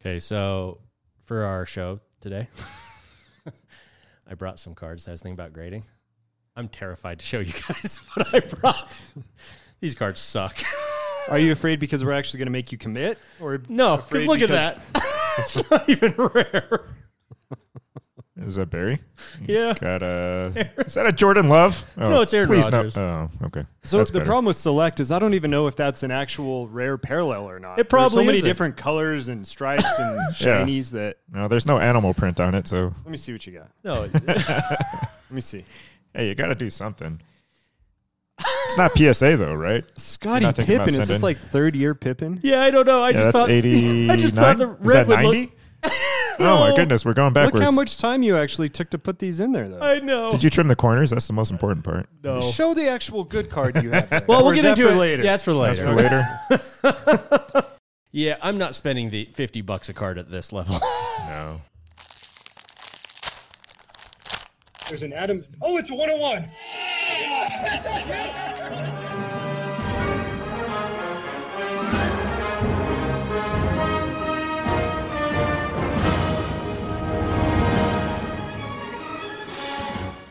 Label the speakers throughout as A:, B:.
A: Okay, so for our show today, I brought some cards. I was thinking about grading. I'm terrified to show you guys what I brought. These cards suck.
B: Are you afraid because we're actually going to make you commit? Or
A: No, because
B: afraid
A: look
B: because-
A: at that. it's not even rare.
C: Is that Barry?
A: Yeah.
C: Got a. Is that a Jordan Love? Oh,
A: No, it's Aaron
C: please
A: Rodgers.
C: No. Oh, okay.
B: So
C: That's
B: the
C: better.
B: problem with select is I don't even know if that's an actual rare parallel or not.
A: It
B: There's
A: probably
B: so many
A: isn't.
B: different colors and stripes and shinies that.
C: No, there's no animal print on it, so
B: Let me see what you got.
A: No,
B: Let me see.
C: hey, you got to do something. It's not PSA though, right?
B: Scotty
C: You're not thinking about
B: Pippen is this
C: sending-
B: like third year Pippen?
A: yeah, I don't know. I
C: Yeah,
A: just
C: that's
A: thought
C: 89.
A: I just thought the
C: is that
A: red would
C: 90?
A: look.
C: Oh my
A: No.
C: goodness, we're going backwards.
B: Look how much time you actually took to put these in there, though.
A: I know.
C: Did you trim the corners? That's the most important part.
A: No.
B: Show the actual good card you have. There.
A: Oh, Well,
B: Or
A: we'll
B: is
A: get
B: that
A: into
B: for
A: it
B: later.
A: Yeah, that's for later.
C: That's for later.
A: Yeah, I'm not spending the 50 bucks a card at this level.
C: no.
D: There's an Adams. Oh, it's a 101.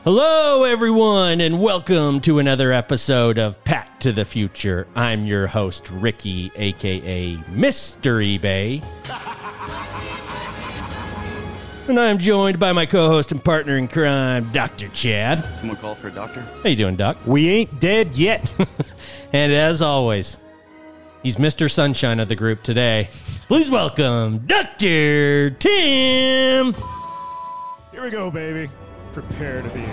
A: Hello, everyone, and welcome to another episode of Pack to the Future. I'm your host, Ricky, aka Mystery Bay. and I'm joined by my co host and partner in crime, Dr. Chad. Someone call for a doctor? How you doing, Doc?
B: We ain't dead yet.
A: And as always, he's Mr. Sunshine of the group today. Please welcome Dr. Tim.
C: Here we go, baby. Prepare to be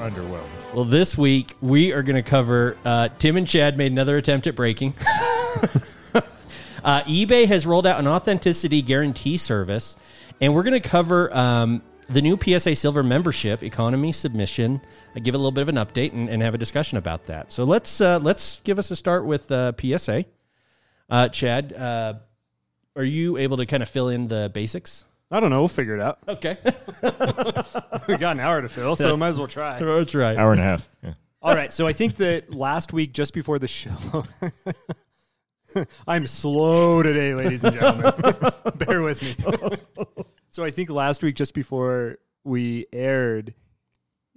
C: underwhelmed.
A: Well, this week we are going to cover uh, Tim and Chad made another attempt at breaking. uh, eBay has rolled out an authenticity guarantee service, and we're going to cover um, the new PSA Silver membership economy submission. I give a little bit of an update and, and have a discussion about that. So let's uh, let's give us a start with uh, PSA. Uh, Chad, uh, are you able to kind of fill in the basics?
B: I don't know. We'll figure it out.
A: Okay,
B: We got an hour to fill, so might as well try.
A: that's right.
C: Hour and a half. Yeah.
B: All right, so I think that last week, just before the show, I'm slow today, ladies and gentlemen. Bear with me. so I think last week, just before we aired,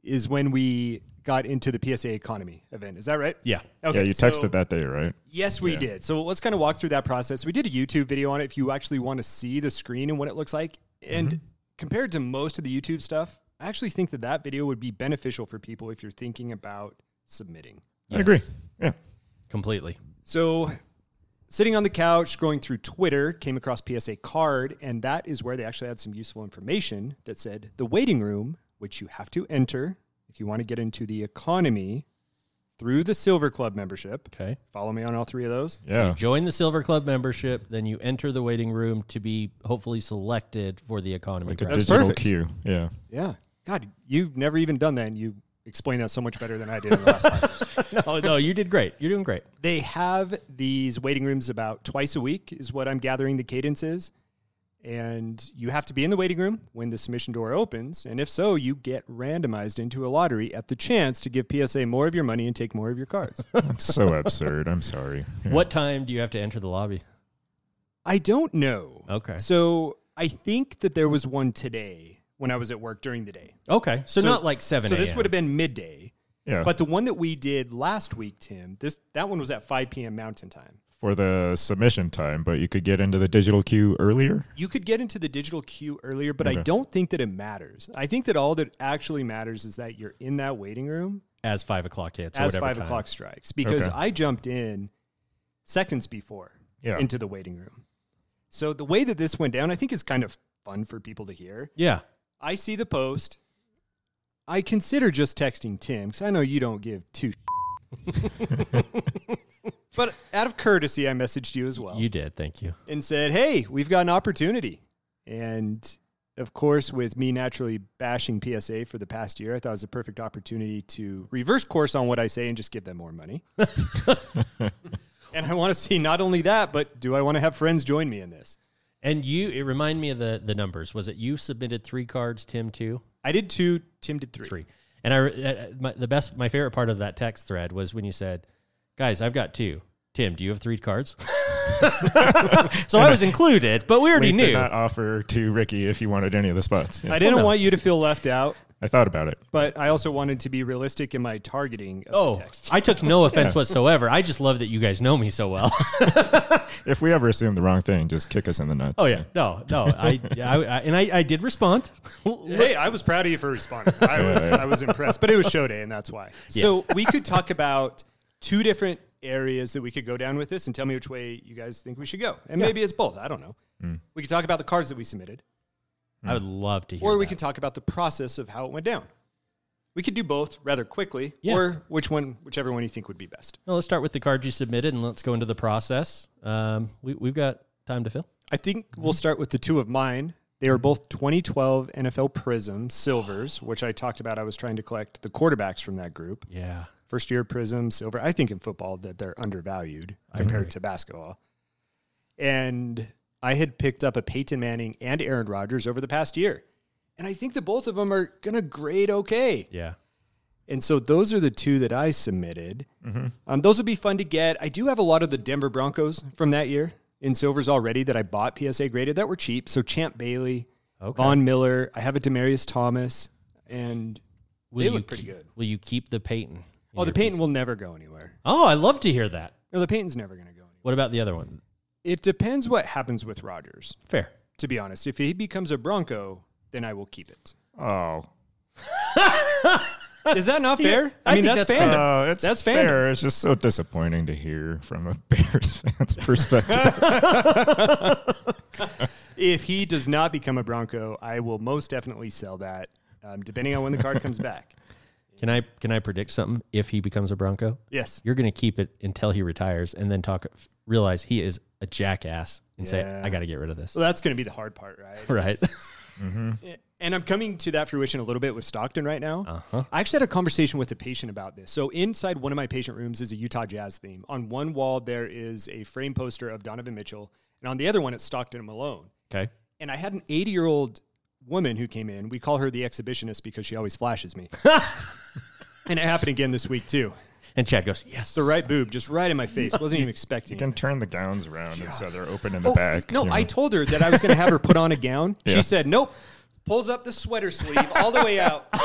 B: is when we got into the PSA economy event. Is that right?
A: Yeah.
B: Okay,
C: yeah, you
B: so-
C: texted that day, right?
B: Yes, we did. So let's kind of walk through that process. We did a YouTube video on it if you actually want to see the screen and what it looks like. And compared to most of the YouTube stuff, I actually think that that video would be beneficial for people if you're thinking about submitting.
C: I agree. Yeah.
A: completely.
B: So, sitting on the couch, scrolling through Twitter, came across PSA card, and that is where they actually had some useful information that said the waiting room, which you have to enter if you want to get into the economy through the Silver Club membership.
A: Okay.
B: Follow me on all three of those.
C: Yeah.
A: Join the Silver Club membership, then you enter the waiting room to be hopefully selected for the economy.
C: Like a
A: prize.
C: digital
B: perfect.
C: cue. Yeah.
B: Yeah. God, you've never even done that, and you explained that so much better than I did in the last time.
A: no, no, you did great. You're doing great.
B: They have these waiting rooms about twice a week, is what I'm gathering the cadence is. And you have to be in the waiting room when the submission door opens. And if so, you get randomized into a lottery at the chance to give PSA more of your money and take more of your cards.
C: That's so absurd. I'm sorry. Yeah.
A: What time do you have to enter the lobby?
B: I don't know.
A: Okay.
B: So I think that there was one today when I was at work during the day.
A: Okay, so, not like seven.
B: So this would
A: would
B: have been midday.
C: Yeah.
B: But the one that we did last week, Tim, this that one was at 5 p.m. Mountain Time.
C: for the submission time, but you could get into the digital queue earlier.
B: You could get into the digital queue earlier, but I
C: Okay.
B: don't think that it matters. I think that all that actually matters is that you're in that waiting room
A: as five o'clock hits. or
B: as
A: whatever
B: five
A: time.
B: o'clock strikes because
C: Okay.
B: I jumped in seconds before
C: Yeah.
B: into the waiting room. So the way that this went down, I think is kind of fun for people to hear.
A: Yeah.
B: I see the post. I consider just texting Tim because I know you don't give two. but out of courtesy, I messaged you as well
A: You did. Thank you.
B: and said, "Hey, we've got an opportunity." And of course, with me naturally bashing PSA for the past year, I thought it was a perfect opportunity to reverse course on what I say and just give them more money. and I want to see not only that, but do I want to have friends join me in this?
A: And you, it reminded me of the the numbers. Was it you submitted three cards, Tim two,
B: I did two. Tim did three.
A: three? And I, uh, my, the best, my favorite part of that text thread was when you said, "Guys, I've got two. Tim, do you have three cards?" so I was included, but we already
C: We did
A: knew.
C: not offer to Ricky if you wanted any of the spots. Yeah.
B: I
C: I,
B: didn't want you to feel left out,
C: thought about it.
B: but I also wanted to be realistic in my targeting of
A: Oh,
B: the text.
A: I took no offense whatsoever. I just love that you guys know me so well.
C: If we ever assume the wrong thing, just kick us in the nuts.
A: oh yeah, no, no, I, I, I and I, I did respond.
B: Hey, I was proud of you for responding. I was I was impressed, but it was show day, and that's why. So we could talk about two different areas that we could go down with this, and tell me which way you guys think we should go. And maybe it's both. I don't know.
A: Mm.
B: We could talk about the cards that we submitted,
A: I would love to hear.
B: or we
A: that.
B: could talk about the process of how it went down. We could do both rather quickly,
A: Yeah.
B: or which one, whichever one you think would be best.
A: No, let's start with the card you submitted and let's go into the process. Um, we, we've got time to fill.
B: I think we'll start with the two of mine. They are both 2012 NFL Prism Silvers, which I talked about. I was trying to collect the quarterbacks from that group.
A: Yeah.
B: first year prism silver i think in football that they're undervalued compared to basketball and i had picked up a peyton manning and aaron rodgers over the past year and i think that both of them are going to grade okay
A: Yeah.
B: and so those are the two that i submitted
A: Mm-hmm.
B: um, those would be fun to get i do have a lot of the denver broncos from that year in silvers already that i bought psa graded that were cheap so champ bailey
A: Okay.
B: vaughn miller i have a demarius thomas and
A: Will
B: they
A: you
B: look pretty
A: keep-
B: good.
A: Will you keep the Peyton? in
B: oh the
A: your
B: peyton
A: piece?
B: will never go anywhere
A: Oh, I love to hear that.
B: no the peyton's never going to go anywhere
A: What about the other one?
B: It depends what happens with Rodgers,
A: Fair.
B: to be honest. If he becomes a Bronco, then I will keep it.
C: Oh.
B: Is that not fair?
A: I think that's fair.
B: fandom.
C: Oh, it's
B: uh, That's
C: fair.
B: fair.
C: It's just so disappointing to hear from a Bears fan's perspective.
B: If he does not become a Bronco, I will most definitely sell that, um, depending on when the card comes back.
A: Can I can I predict something? If he becomes a Bronco,
B: Yes.
A: you're going to keep it until he retires, and then talk realize he is a jackass and say,
B: Yeah.
A: "I got to get rid of this."
B: So that's going to be the hard part, right?
A: Right.
B: And I'm coming to that fruition a little bit with Stockton right now. I actually had a conversation with a patient about this. So inside one of my patient rooms is a Utah Jazz theme. On one wall, there is a frame poster of Donovan Mitchell, and on the other one, it's Stockton and Malone.
A: okay.
B: and I had an 80 year old woman who came in. We call her the exhibitionist because she always flashes me. and it happened again this week too.
A: And Chad goes, "Yes."
B: The right boob just right in my face. Wasn't even expecting.
C: you can
B: it.
C: turn the gowns around and so they're open in the back.
B: Oh, No,
C: you know.
B: I told her that I was going to have her put on a gown.
C: Yeah.
B: She said nope. Pulls up the sweater sleeve all the way out. And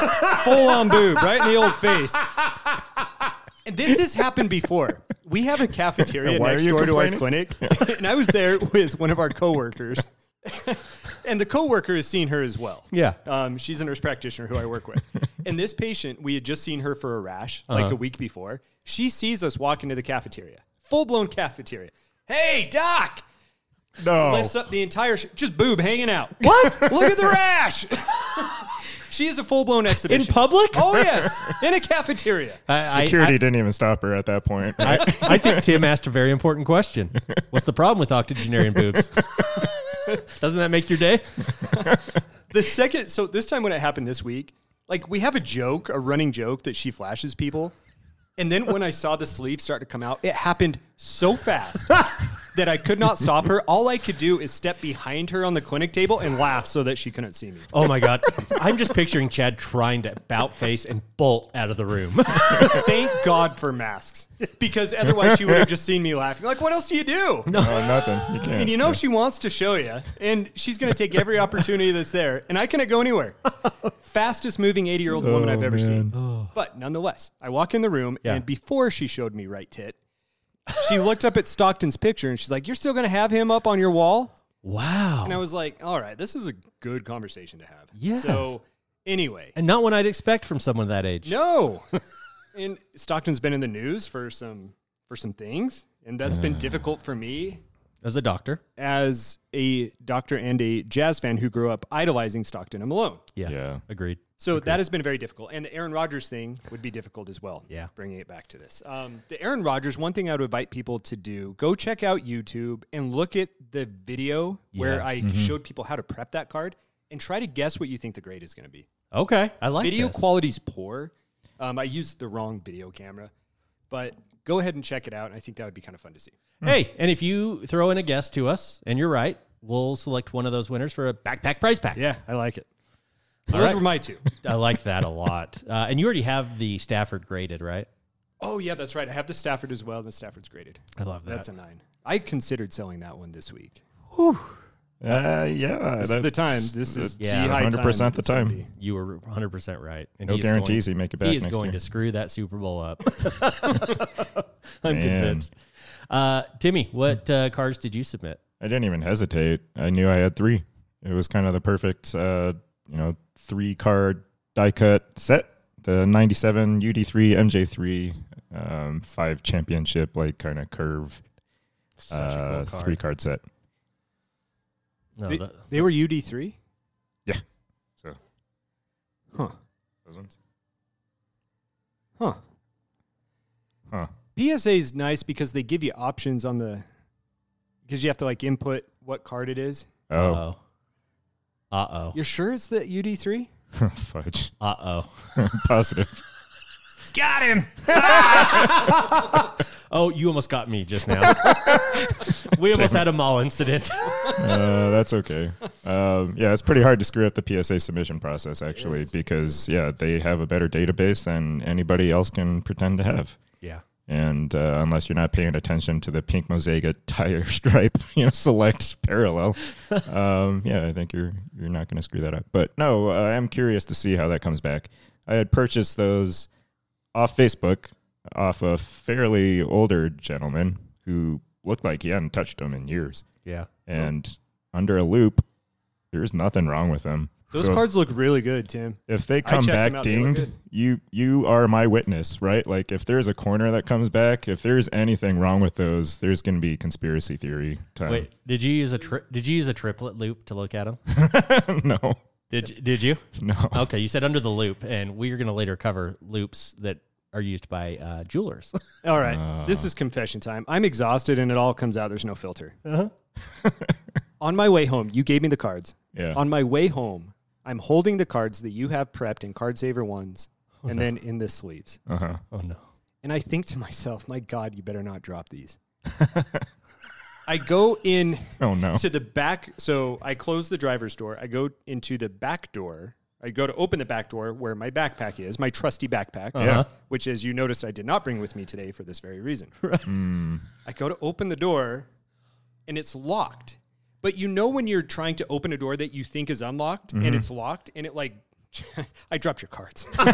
B: just full on boob right in the old face. And this has happened before. We have a cafeteria
C: Why are
B: next
C: you
B: door to our
C: complaining?
B: clinic, and I was there with one of our coworkers, and the coworker has seen her as well.
A: Yeah.
B: Um, she's a nurse practitioner who I work with. and this patient, we had just seen her for a rash like a week before. She sees us walk into the cafeteria, full blown cafeteria. Hey, doc!
E: Oh.
C: no.
B: Lifts up the entire, sh- just boob hanging out. What? Look at the rash! she is a full blown exhibition.
A: public?
B: Oh, yes. In a cafeteria.
A: I- I-
C: Security didn't even stop her at that point.
A: I, I think Tim asked a very important question. What's the problem with octogenarian boobs? Doesn't that make your day?
B: The second, so this time when it happened this week, like we have a joke, a running joke that she flashes people. And then when I saw the sleeve start to come out, it happened so fast that I could not stop her. All I could do is step behind her on the clinic table and laugh so that she couldn't see me.
A: Oh my god, I'm just picturing Chad trying to bout face and bolt out of the room.
B: Thank God for masks because otherwise she would have just seen me laughing. Like, what else do you do? No.
E: Oh, nothing. You can't.
B: And you know she wants to show you, and she's going to take every opportunity that's there, and I cannot go anywhere. Fastest moving 80 year old
E: Oh,
B: woman I've
C: Oh,
B: ever seen. But nonetheless, I walk in the room,
A: Yeah.
B: and before she showed me right tit, she looked up at Stockton's picture and she's like, You're still going to have him up on your wall?
A: wow.
B: And I was like, All right, this is a good conversation to have.
A: Yes.
B: So, anyway,
A: and not one I'd expect from someone that age.
B: no. and Stockton's been in the news for some for some things, and that's been
A: Ah.
B: difficult for me
A: As a doctor.
B: as a doctor and a jazz fan who grew up idolizing Stockton and Malone.
A: Yeah.
E: Yeah.
A: Agreed.
B: So that has been very difficult. And the Aaron Rodgers thing would be difficult as well.
A: Yeah.
B: Bringing it back to this. Um, the Aaron Rodgers, one thing I would invite people to do go check out YouTube and look at the video where
A: Yes. Mm-hmm.
B: I showed people how to prep that card and try to guess what you think the grade is going to be.
A: Okay. I like
B: video
A: this.
B: quality's poor. Um, I used the wrong video camera, but go ahead and check it out. And I think that would be kind of fun to see.
A: Hey, and if you throw in a guess to us, and you're right, we'll select one of those winners for a backpack prize pack.
B: Yeah, I like it. Those
A: right.
B: were my two.
A: I like that a lot. Uh, and you already have the Stafford graded, right?
B: Oh yeah, that's right. I have the Stafford as well. And the Stafford's graded.
A: I love that.
B: That's a nine. I considered selling that one this week.
E: Uh, yeah.
B: This is the time. This is
A: Yeah.
B: the high
E: 100% the
B: it's gonna
E: time.
B: be.
A: you were 100% right. And
E: No
A: he is
E: guarantees
A: going-
E: he make it back
A: He is
E: next
A: going
E: year.
A: to screw that Super Bowl up.
E: Man.
A: I'm convinced. Uh, Timmy, what uh, cards did you submit?
E: I didn't even hesitate. I knew I had three. It was kind of the perfect, uh, you know, three card die cut set. The 97 UD3 MJ3 um, five championship, like kind of curve
A: Such a
E: uh,
A: cool card.
E: three card set.
A: No,
B: They,
A: the-
B: they were UD three.
E: Yeah. So
B: Huh.
E: those ones.
B: Huh.
E: Huh.
B: PSA is nice because they give you options on the because you have to like input what card it is.
E: Oh,
A: Uh-oh. Uh-oh.
B: You're sure it's the UD three?
E: fudge.
A: Uh-oh.
E: Positive.
B: Got him.
A: Oh, you almost got me just now. we almost had a mall incident.
E: uh, that's okay. Um, yeah, it's pretty hard to screw up the PSA submission process actually, because yeah, they have a better database than anybody else can pretend to have.
A: yeah.
E: And uh, unless you're not paying attention to the pink mosaic tire stripe, you know, select parallel. um, yeah, I think you're you're not going to screw that up. But no, uh, I'm curious to see how that comes back. I had purchased those off Facebook off a fairly older gentleman who looked like he hadn't touched them in years
A: Yeah.
B: Oh.
E: and under a loop, there's nothing wrong with them.
B: Those
E: So
B: cards look really good, Tim.
E: if they come
B: checked
E: back
B: them out, they look
E: dinged,
B: good.
E: you you are my witness, right? Like if there's a corner that comes back, if there's anything wrong with those, there's going to be conspiracy theory time.
A: Wait, did you use a tri- did you use a triplet loop to look at them?
E: no,
A: Did you- did you?
E: no.
A: Okay, you said under the loop, and we are going to later cover loops that are used by uh, jewelers.
B: All right, this is confession time. I'm exhausted, and it all comes out. There's no filter.
A: Uh-huh.
B: On my way home, you gave me the cards.
E: Yeah.
B: On my way home, I'm holding the cards that you have prepped in Card Saver ones, and then in the sleeves.
E: Uh huh.
A: oh no!
B: And I think to myself, my God, you better not drop these. I go in
E: Oh no.
B: to the back. So I close the driver's door. I go into the back door. I go to open the back door where my backpack is, my trusty backpack,
E: Uh-huh.
B: which, as you noticed, I did not bring with me today for this very reason. Hmm. I go to open the door and it's locked. But you know when you're trying to open a door that you think is unlocked
E: Mm-hmm.
B: and it's locked and it like I dropped your cards. and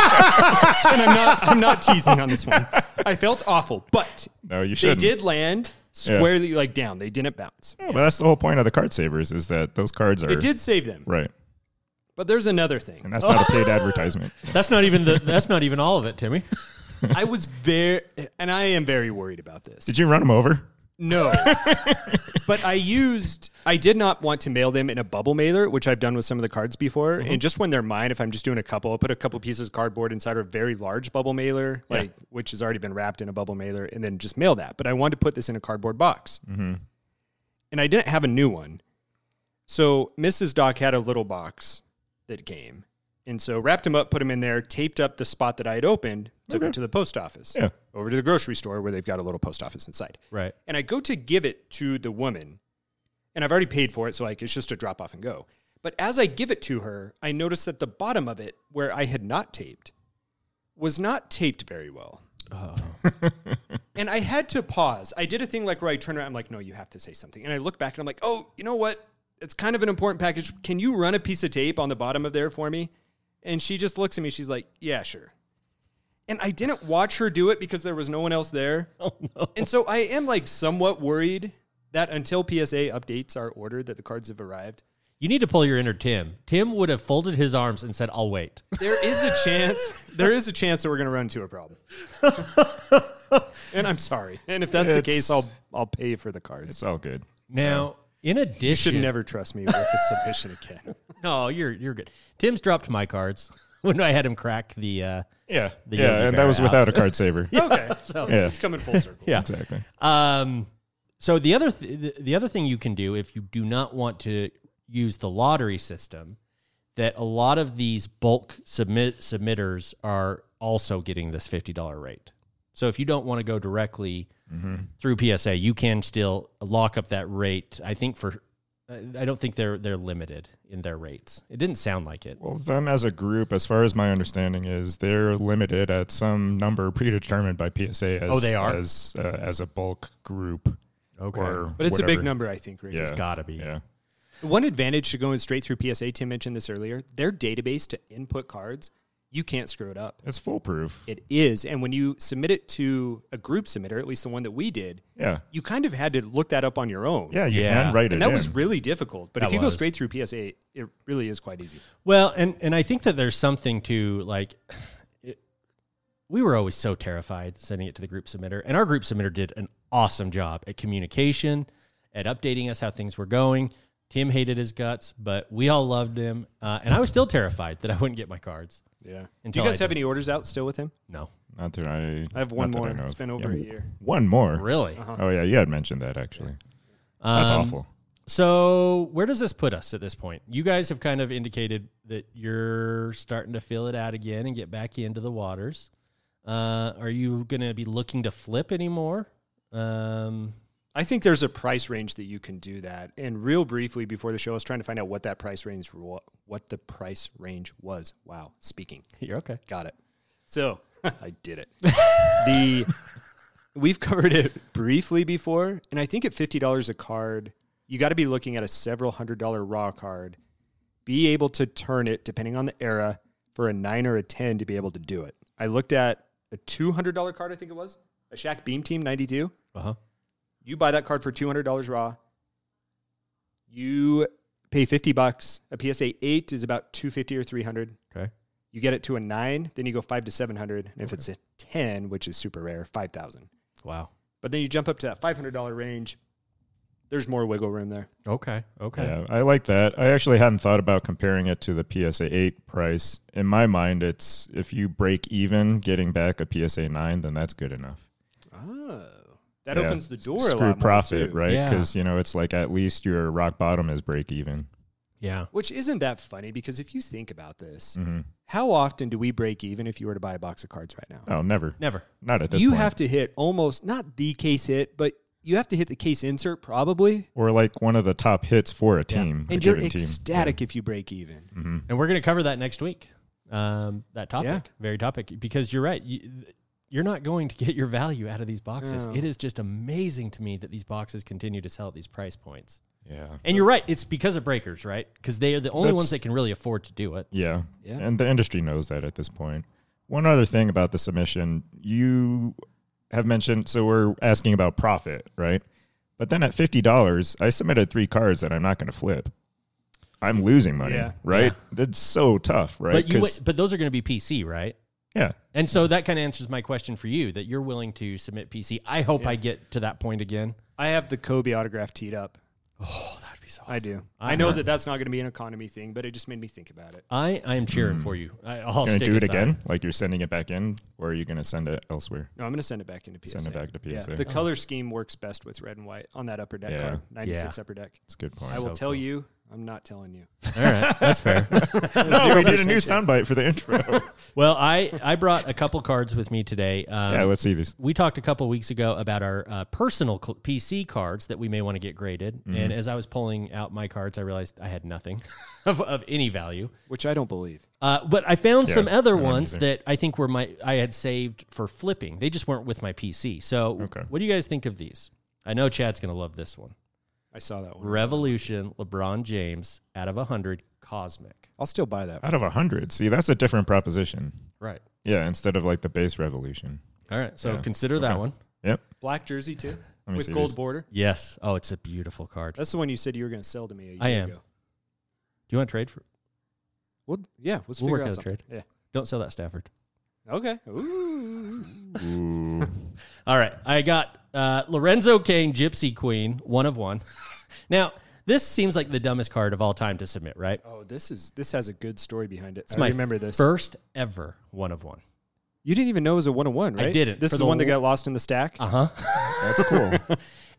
B: I'm not I'm not teasing on this one. I felt awful, but
E: No, you
B: they
E: shouldn't.
B: did land squarely like down. They didn't bounce.
E: No, but that's the whole point of the card savers is that those cards are
B: It did save them.
E: right,
B: But there's another thing.
E: and that's not a
B: Oh.
E: paid advertisement.
A: That's not even the that's not even all of it, Timmy.
B: I was very and I am very worried about this.
E: Did you run them over?
B: No. but I used, I did not want to mail them in a bubble mailer, which I've done with some of the cards before. And just when they're mine, if I'm just doing a couple, I'll put a couple pieces of cardboard inside a very large bubble mailer, like which has already been wrapped in a bubble mailer, and then just mail that. But I wanted to put this in a cardboard box. And I didn't have a new one. So Mrs. Doc had a little box that came. And so wrapped him up, put him in there, taped up the spot that I had opened, took it to the post office,
E: Yeah.
B: over to the grocery store where they've got a little post office inside.
A: Right.
B: And I go to give it to the woman, and I've already paid for it, so like it's just a drop off and go. But as I give it to her, I notice that the bottom of it, where I had not taped, was not taped very well. and I had to pause. I did a thing like where I turn around, I'm like, no, you have to say something. And I look back and I'm like, oh, you know what? It's kind of an important package. Can you run a piece of tape on the bottom of there for me? And she just looks at me. She's like, yeah, sure. And I didn't watch her do it because there was no one else there. Oh, no. And so I am like somewhat worried that until PSA updates our order that the cards have arrived,
A: You need to pull your inner Tim. Tim would have folded his arms and said, I'll wait.
B: there is a chance. There is a chance that we're going to run into a problem. and I'm sorry. And if that's the case, I'll I'll pay for the cards.
E: It's all good.
A: Now, in addition,
B: You should never trust me with a submission again.
A: No, you're you're good. Tim's dropped my cards when I had him crack the. Uh,
E: Yeah.
A: The Yogi
E: yeah. And that
A: Bear
E: was
A: out.
E: without a card saver. yeah.
B: Okay, so it's coming full circle.
E: Exactly.
A: Um, so the other th- the- the other thing you can do if you do not want to use the lottery system, that a lot of these bulk submit submitters are also getting this fifty dollar rate. So if you don't want to go directly through PSA, you can still lock up that rate. I think for I I don't think they're they're limited in their rates. It didn't sound like it.
E: Well, them as a group, as far as my understanding is, they're limited at some number predetermined by PSA. As,
A: Oh, they are?
E: as uh, as a bulk group. Okay,
B: But it's a big number, I think. Right?
E: Yeah.
A: Gotta be.
E: Yeah,
B: One advantage to going straight through PSA. Tim mentioned this earlier. Their database to input cards, you can't screw it up.
E: it's foolproof.
B: It is, and when you submit it to a group submitter, at least the one that we did,
E: Yeah,
B: you kind of had to look that up on your own.
E: yeah, you
A: Yeah.
E: can write it.
B: and that
E: in.
B: was really difficult. But
A: That
B: if you go
A: was.
B: straight through PSA, it really is quite easy.
A: Well, and and I think that there's something to like. It, we were always so terrified sending it to the group submitter, and our group submitter did an awesome job at communication, at updating us how things were going. Tim hated his guts, but we all loved him, uh, and I was still terrified that I wouldn't get my cards.
B: Yeah. Do
A: Until
B: you guys
A: I
B: have any orders out still with him?
A: No,
E: not that I.
B: I have one
E: not that
B: more.
E: know
B: It's
E: of.
B: been over
E: Yeah.
B: a year.
E: One more.
A: really.
E: Oh yeah, you had mentioned that actually. That's
A: Um,
E: awful.
A: So where does this put us at this point? You guys have kind of indicated that you're starting to fill it out again and get back into the waters. Uh, are you going to be looking to flip anymore? Um,
B: I think there's a price range that you can do that. And real briefly before the show, I was trying to find out what that price range wa- what the price range was. Wow, speaking.
A: you're okay.
B: Got it. So I did it. the we've covered it briefly before, and I think at fifty dollars a card, you got to be looking at a several hundred dollar raw card. Be able to turn it depending on the era for a nine or a ten to be able to do it. I looked at a two hundred dollar card. I think it was a Shaq Beam Team ninety two.
A: Uh huh.
B: You buy that card for two hundred dollars raw. You pay fifty bucks. A PSA eight is about two fifty or three hundred
A: Okay.
B: you get it to a nine, then you go five to seven hundred. And if it's a ten, which is super rare, five thousand.
A: Wow.
B: But then you jump up to that five hundred dollar range. There's more wiggle room there.
A: Okay. Okay.
E: Yeah, I like that. I actually hadn't thought about comparing it to the PSA 8 price. In my mind, it's if you break even getting back a PSA 9, then that's good enough.
B: Oh, that
E: Yeah.
B: opens the door. a
E: Screw
B: lot more,
E: profit,
B: too.
E: right?
A: Yeah.
E: Because you know it's like at least your rock bottom is break even.
A: Yeah.
B: Which isn't that funny because if you think about this,
E: Mhm.
B: how often do we break even if you were to buy a box of cards right now?
E: Oh, never,
A: Never.
E: not at this.
B: you
E: point.
B: have to hit almost not the case hit, but you have to hit the case insert probably,
E: or like one of the top hits for a team, a
B: and you're
E: given team. Mm-hmm.
B: ecstatic if you break even.
A: And we're going to cover that next week. Um, that topic,
B: Yeah.
A: very topic, because you're right. You, you're not going to get your value out of these boxes.
B: No.
A: It is just amazing to me that these boxes continue to sell at these price points.
E: Yeah,
A: And you're right. It's because of breakers, right? Because they are the only
E: That's-
A: ones that can really afford to do it.
E: Yeah.
B: Yeah.
E: And the industry knows that at this point. One other thing about the submission, you have mentioned, so we're asking about profit, right? But then at $50, I submitted three cards that I'm not going to flip. I'm losing money,
B: Yeah.
E: right? That's so tough, right?
A: But you,
E: 'Cause-
A: would- but those are going to be PC, right?
E: yeah.
A: And so that kind of answers my question for you that you're willing to submit PC. I hope I get to that point again.
B: I have the Kobe autograph teed up.
A: Oh, that'd be so.
B: I do. I know that that's not going to be an economy thing, but it just made me think about it.
A: I, I am cheering for you. I,
E: Going
A: I'll
E: to
A: stick
E: Hmm. do it
A: aside.
E: again? Like you're sending it back in, or are you going to send it elsewhere?
B: No, I'm going to send it back into PSA.
E: Send it back to PSA.
B: Yeah, the color scheme works best with red and white on that upper deck
E: Oh. Yeah.
B: card, 96
A: Yeah.
B: upper deck.
E: That's a good point.
B: I will tell you, I'm not telling you.
A: All right, that's fair.
E: No, we did a new soundbite for the intro.
A: well, I I brought a couple cards with me today. Um,
E: yeah, let's see these.
A: we talked a couple weeks ago about our uh, personal cl- PC cards that we may want to get graded.
E: Mm-hmm.
A: And as I was pulling out my cards, I realized I had nothing of, of any value.
B: Which I don't believe.
A: Uh, but I found
E: Yeah,
A: some
E: I
A: other
E: don't
A: ones
E: either.
A: that I think were my I had saved for flipping. They just weren't with my PC. So,
E: Okay.
A: what do you guys think of these? I know Chad's going to love this one.
B: I saw that one.
A: Revolution LeBron James out of 100 Cosmic.
B: I'll still buy that.
E: Out of 100. See, that's a different proposition.
A: Right.
E: Yeah, instead of like the base revolution.
A: All right. So,
E: Yeah.
A: consider that
E: Okay.
A: one.
E: Yep.
B: Black jersey too,
E: Let me
B: with
E: see
B: gold
E: these.
B: border.
A: Yes. Oh, it's a beautiful card. Do
B: That's the one you said you were going to sell to me. A year
A: I am.
B: Ago.
A: you want to trade for
B: Well, yeah, let's
A: We'll
B: figure
A: work
B: out
A: out a
B: something.
A: Don't sell that Stafford.
B: Yeah. Okay. Ooh.
E: Ooh.
A: All right, I got uh, Lorenzo Kane, Gypsy Queen, one of one. now, this seems like the dumbest card of all time to submit, right?
B: Oh, this is this has a good story behind it.
A: It's
B: I
A: my
B: remember this.
A: first ever one of one.
B: you didn't even know it was a one on one,
A: I
B: right?
A: didn't.
B: This
A: For
B: is
A: the
B: the one that got
A: whole-
B: lost in the stack.
A: Uh huh.
E: That's cool.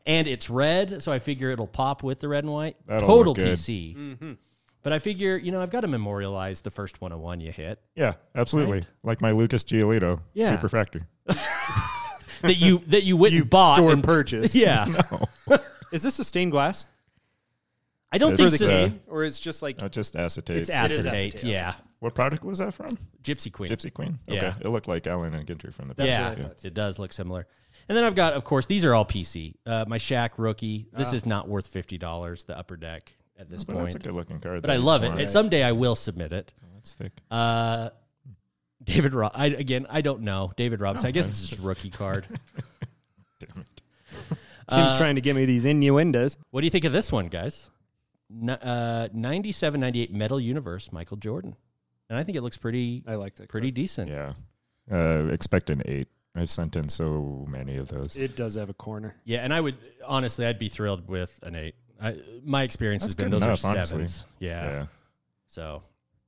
A: and it's red, so I figure it'll pop with the red and white.
E: That'll
A: Total
E: look good.
A: PC. But I figure, you know, I've got to memorialize the first one of one you hit
E: yeah, absolutely. Like my Lucas Giolito
A: Yeah.
E: Super Factory.
A: that you that you went
B: you
A: and bought.
B: store
A: and-
B: purchased.
A: yeah,
E: Oh,
B: Is this a stained glass
A: I don't
E: It's
A: think
E: for the
A: so.
E: game.
B: or is just like
E: Uh, just acetate.
A: It's acetate.
B: acetate, okay.
A: Yeah,
E: What product was that from?
A: Gypsy Queen.
E: Gypsy Queen.
A: Yeah.
E: It looked like Alan and Ginter from the
A: yeah, it does look similar. And then I've got, of course, these are all PC. Uh, my Shack rookie. This is not worth fifty dollars. The upper deck at this
E: But Oh, that's
A: point,
E: a good looking card.
A: but
E: though.
A: I love it.
E: Alright.
A: And someday I will submit it.
E: That's thick.
A: Uh, David, Ro- I, again, I don't know David Robinson. I guess it's just a rookie card.
E: Damn it.
B: Tim's trying to give me these innuendos.
A: Uh, what do you think of this one, guys? N- uh, 97, 98 Metal Universe, Michael Jordan, and I think it looks pretty,
B: I like that.
A: pretty decent.
E: Yeah. Uh, expect an eight. I've sent in so many of those.
B: It does have a corner.
A: Yeah, and I would honestly, I'd be thrilled with an eight. I, my experience
E: That's
A: has been
E: good
A: those
E: enough,
A: are
E: honestly.
A: sevens. yeah. So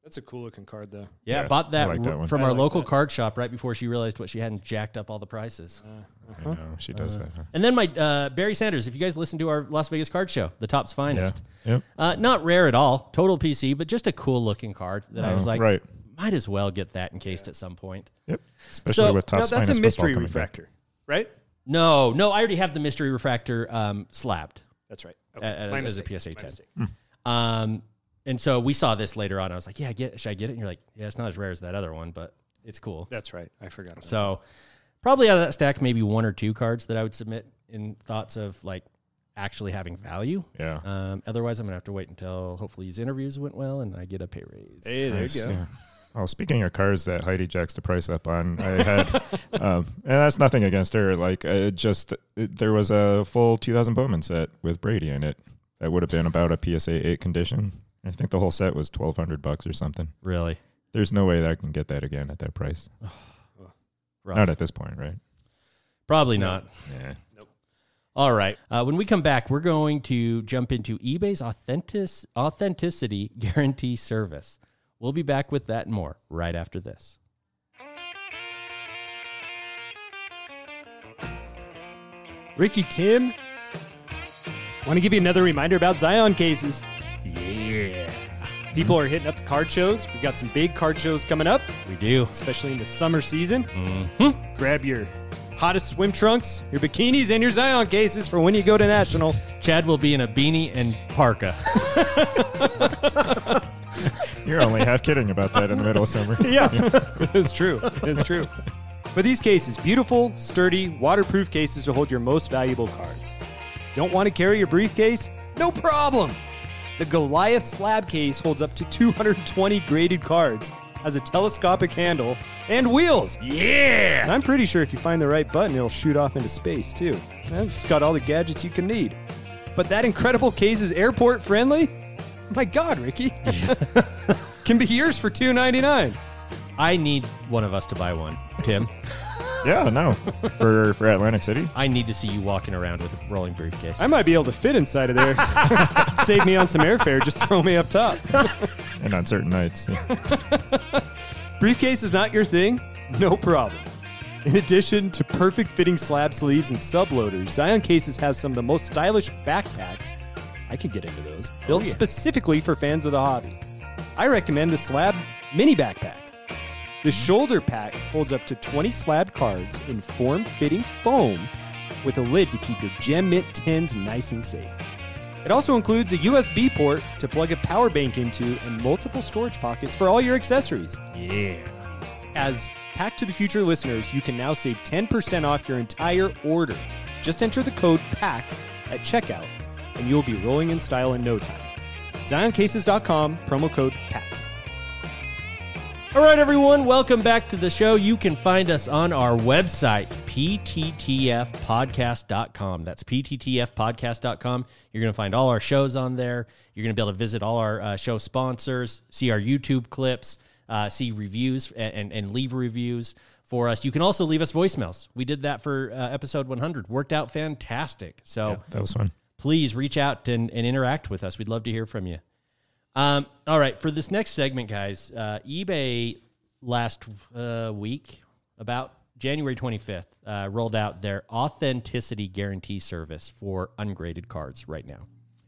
B: That's a cool looking card though.
A: yeah,
E: Yeah,
A: bought that,
E: I like that
A: r-
E: one.
A: from
B: I
A: our
B: like
A: local
B: that.
A: card shop right before she realized what she had and jacked up all the prices.
E: I
B: Uh-huh.
E: know. She does that. Huh?
A: And then my uh, Barry Sanders. If you guys listen to our Las Vegas card show, the top's
E: Yeah.
A: finest.
E: Yep.
A: Uh, not rare at all. Total PC, but just a cool looking card that I was
E: Oh,
A: like,
E: right.
A: might as well get that encased at some point.
E: Yep. Especially
A: So-
E: with top
B: now that's a mystery refractor, right?
A: No, no, I already have the mystery refractor um, slapped.
B: That's right.
A: Uh,
B: My
A: as a
B: mistake.
A: PSA
B: My
A: 10.
B: mistake.
A: Um, and so we saw this later on. I was like, yeah, get, should I get it? And you're like, yeah, it's not as rare as that other one, but it's cool.
B: That's right. I forgot. About
A: So probably out of that stack, maybe one or two cards that I would submit in thoughts of like actually having value.
E: Yeah.
B: Uh,
A: Um, otherwise, I'm gonna have to wait until hopefully these interviews went well and I get a pay raise.
B: Hey, there you go.
E: Yeah. Oh, speaking of cars that Heidi jacks the price up on, I had, um, and that's nothing against her. Like, it just it, there was a full 2000 Bowman set with Brady in it that would have been about a PSA 8 condition. I think the whole set was 1200 bucks or something.
A: Really?
E: There's no way that I can get that again at that price.
A: Rough.
E: Not at this point, right?
A: Probably not.
E: Yeah.
A: All right. Uh, when we come back, we're going to jump into eBay's authentic authenticity guarantee service. We'll be back with that and more right after this.
B: Ricky Tim, want to give you another reminder about Zion cases.
A: Yeah,
B: People are hitting up the card shows. We got some big card shows coming up,
A: we do.
B: especially in the summer season. Grab your hottest swim trunks, your bikinis, and your Zion cases for when you go to national.
A: Chad will be in a beanie and parka.
E: You're only half kidding about that in the middle of summer.
B: Yeah, it's true. It's true. For these cases, beautiful, sturdy, waterproof cases to hold your most valuable cards. Don't want to carry your briefcase? No problem. The Goliath slab case holds up to 220 graded cards, has a telescopic handle, and wheels. Yeah! And I'm pretty sure if you find the right button, it'll shoot off into space, too. And It's got all the gadgets you can need. But that incredible case is airport friendly? My God, Ricky. can be yours for 299
A: I need one of us to buy one, Tim.
E: yeah, no. For for Atlantic City?
A: I need to see you walking around with a rolling briefcase.
B: I might be able to fit inside of there. Save me on some airfare. Just throw me up top.
E: And on certain nights.
B: Briefcase is not your thing? No problem. In addition to perfect fitting slab sleeves and subloaders, Zion Cases has some of the most stylish backpacks I could get into those. Built specifically for fans of the hobby. I recommend the Slab Mini Backpack. The shoulder pack holds up to 20 slab cards in form fitting foam with a lid to keep your Gem Mint 10s nice and safe. It also includes a USB port to plug a power bank into and multiple storage pockets for all your accessories. As Pack to the Future listeners, you can now save 10% off your entire order. Just enter the code PACK at checkout, and you'll be rolling in style in no time. ZionCases.com, promo code PACK.
A: All right, everyone, welcome back to the show. You can find us on our website, pttfpodcast.com. That's pttfpodcast.com. You're going to find all our shows on there. You're going to be able to visit all our uh, show sponsors, see our YouTube clips, uh, see reviews, and, and, and leave reviews for us. You can also leave us voicemails. We did that for uh, episode 100. Worked out fantastic. So
E: That was fun.
A: please reach out and, and interact with us. We'd love to hear from you. Um, all right, for this next segment, guys, uh, eBay last uh, week, about January 25th, uh, rolled out their authenticity guarantee service for ungraded cards right now.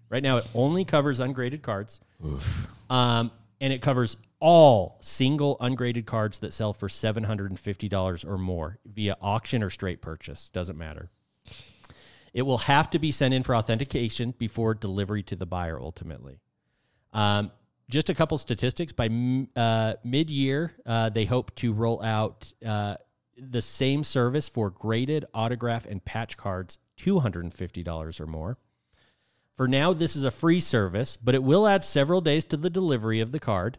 A: Right now, it only covers ungraded cards. Um, and it covers all single ungraded cards that sell for $750 or more via auction or straight purchase. Doesn't matter. It will have to be sent in for authentication before delivery to the buyer ultimately. Um, just a couple statistics by m- uh, mid year, uh, they hope to roll out uh, the same service for graded autograph and patch cards, $250 or more. For now, this is a free service, but it will add several days to the delivery of the card.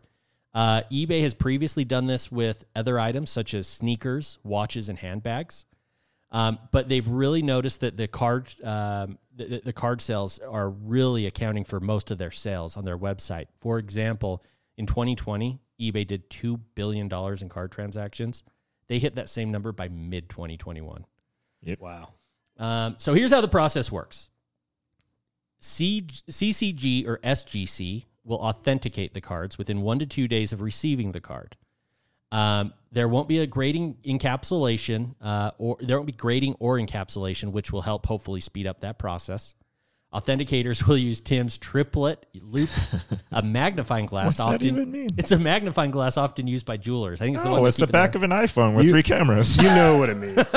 A: Uh, eBay has previously done this with other items such as sneakers, watches, and handbags. Um, but they've really noticed that the card um, the- the, the card sales are really accounting for most of their sales on their website. For example, in 2020, eBay did two billion dollars in card transactions. They hit that same number by mid 2021.
B: Wow.
A: Um, so here's how the process works C- CCG or SGC will authenticate the cards within one to two days of receiving the card. Um, there won't be a grading encapsulation, uh, or there won't be grading or encapsulation, which will help hopefully speed up that process. Authenticators will use Tim's triplet loop, a magnifying glass.
E: What's that
A: often,
E: even mean?
A: It's a magnifying glass often used by jewelers. I think it's the one
E: Oh,
A: they
E: it's the
A: keep in their-
E: back of an iPhone with three cameras.
C: You know what it means.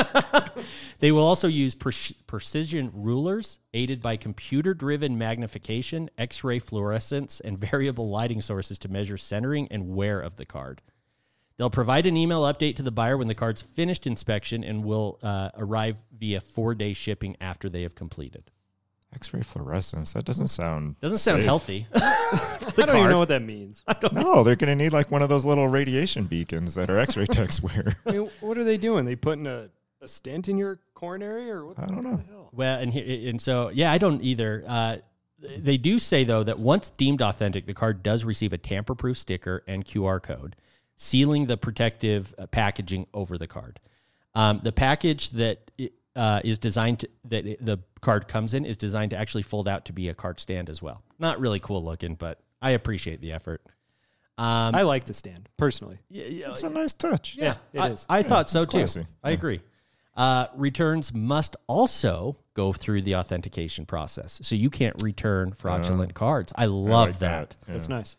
A: They will also use pre- precision rulers aided by computer driven magnification, X ray fluorescence, and variable lighting sources to measure centering and wear of the card. They'll provide an email update to the buyer when the card's finished inspection and will uh, arrive via four day shipping after they have completed.
E: X-ray fluorescence. That doesn't sound
A: Doesn't sound
E: safe.
A: healthy.
B: I don't even know what that means. I
E: No, they're going to need like one of those little radiation beacons that our X-ray techs wear.
B: mean, what are they doing? They putting a, a stent in your coronary or what?
E: I don't know.
A: Well, and here, and so yeah, I don't either. Uh, they do say though that once deemed authentic, the card does receive a tamper-proof sticker and QR code, sealing the protective uh, packaging over the card. Um, the package that it, uh, is designed to, that it- the card comes in is designed to actually fold out to be a card stand as well. Not really cool looking, but I appreciate the effort. Um,
B: I like the stand, personally.
E: It's a nice touch.
B: Yeah, it is.
A: I, I thought so
E: it's
A: too.
E: classy.
A: I agree. Uh, returns must also go through the authentication process, so you can't return fraudulent cards. I love
E: Oh. like
A: that.
E: Yeah.
B: That's nice.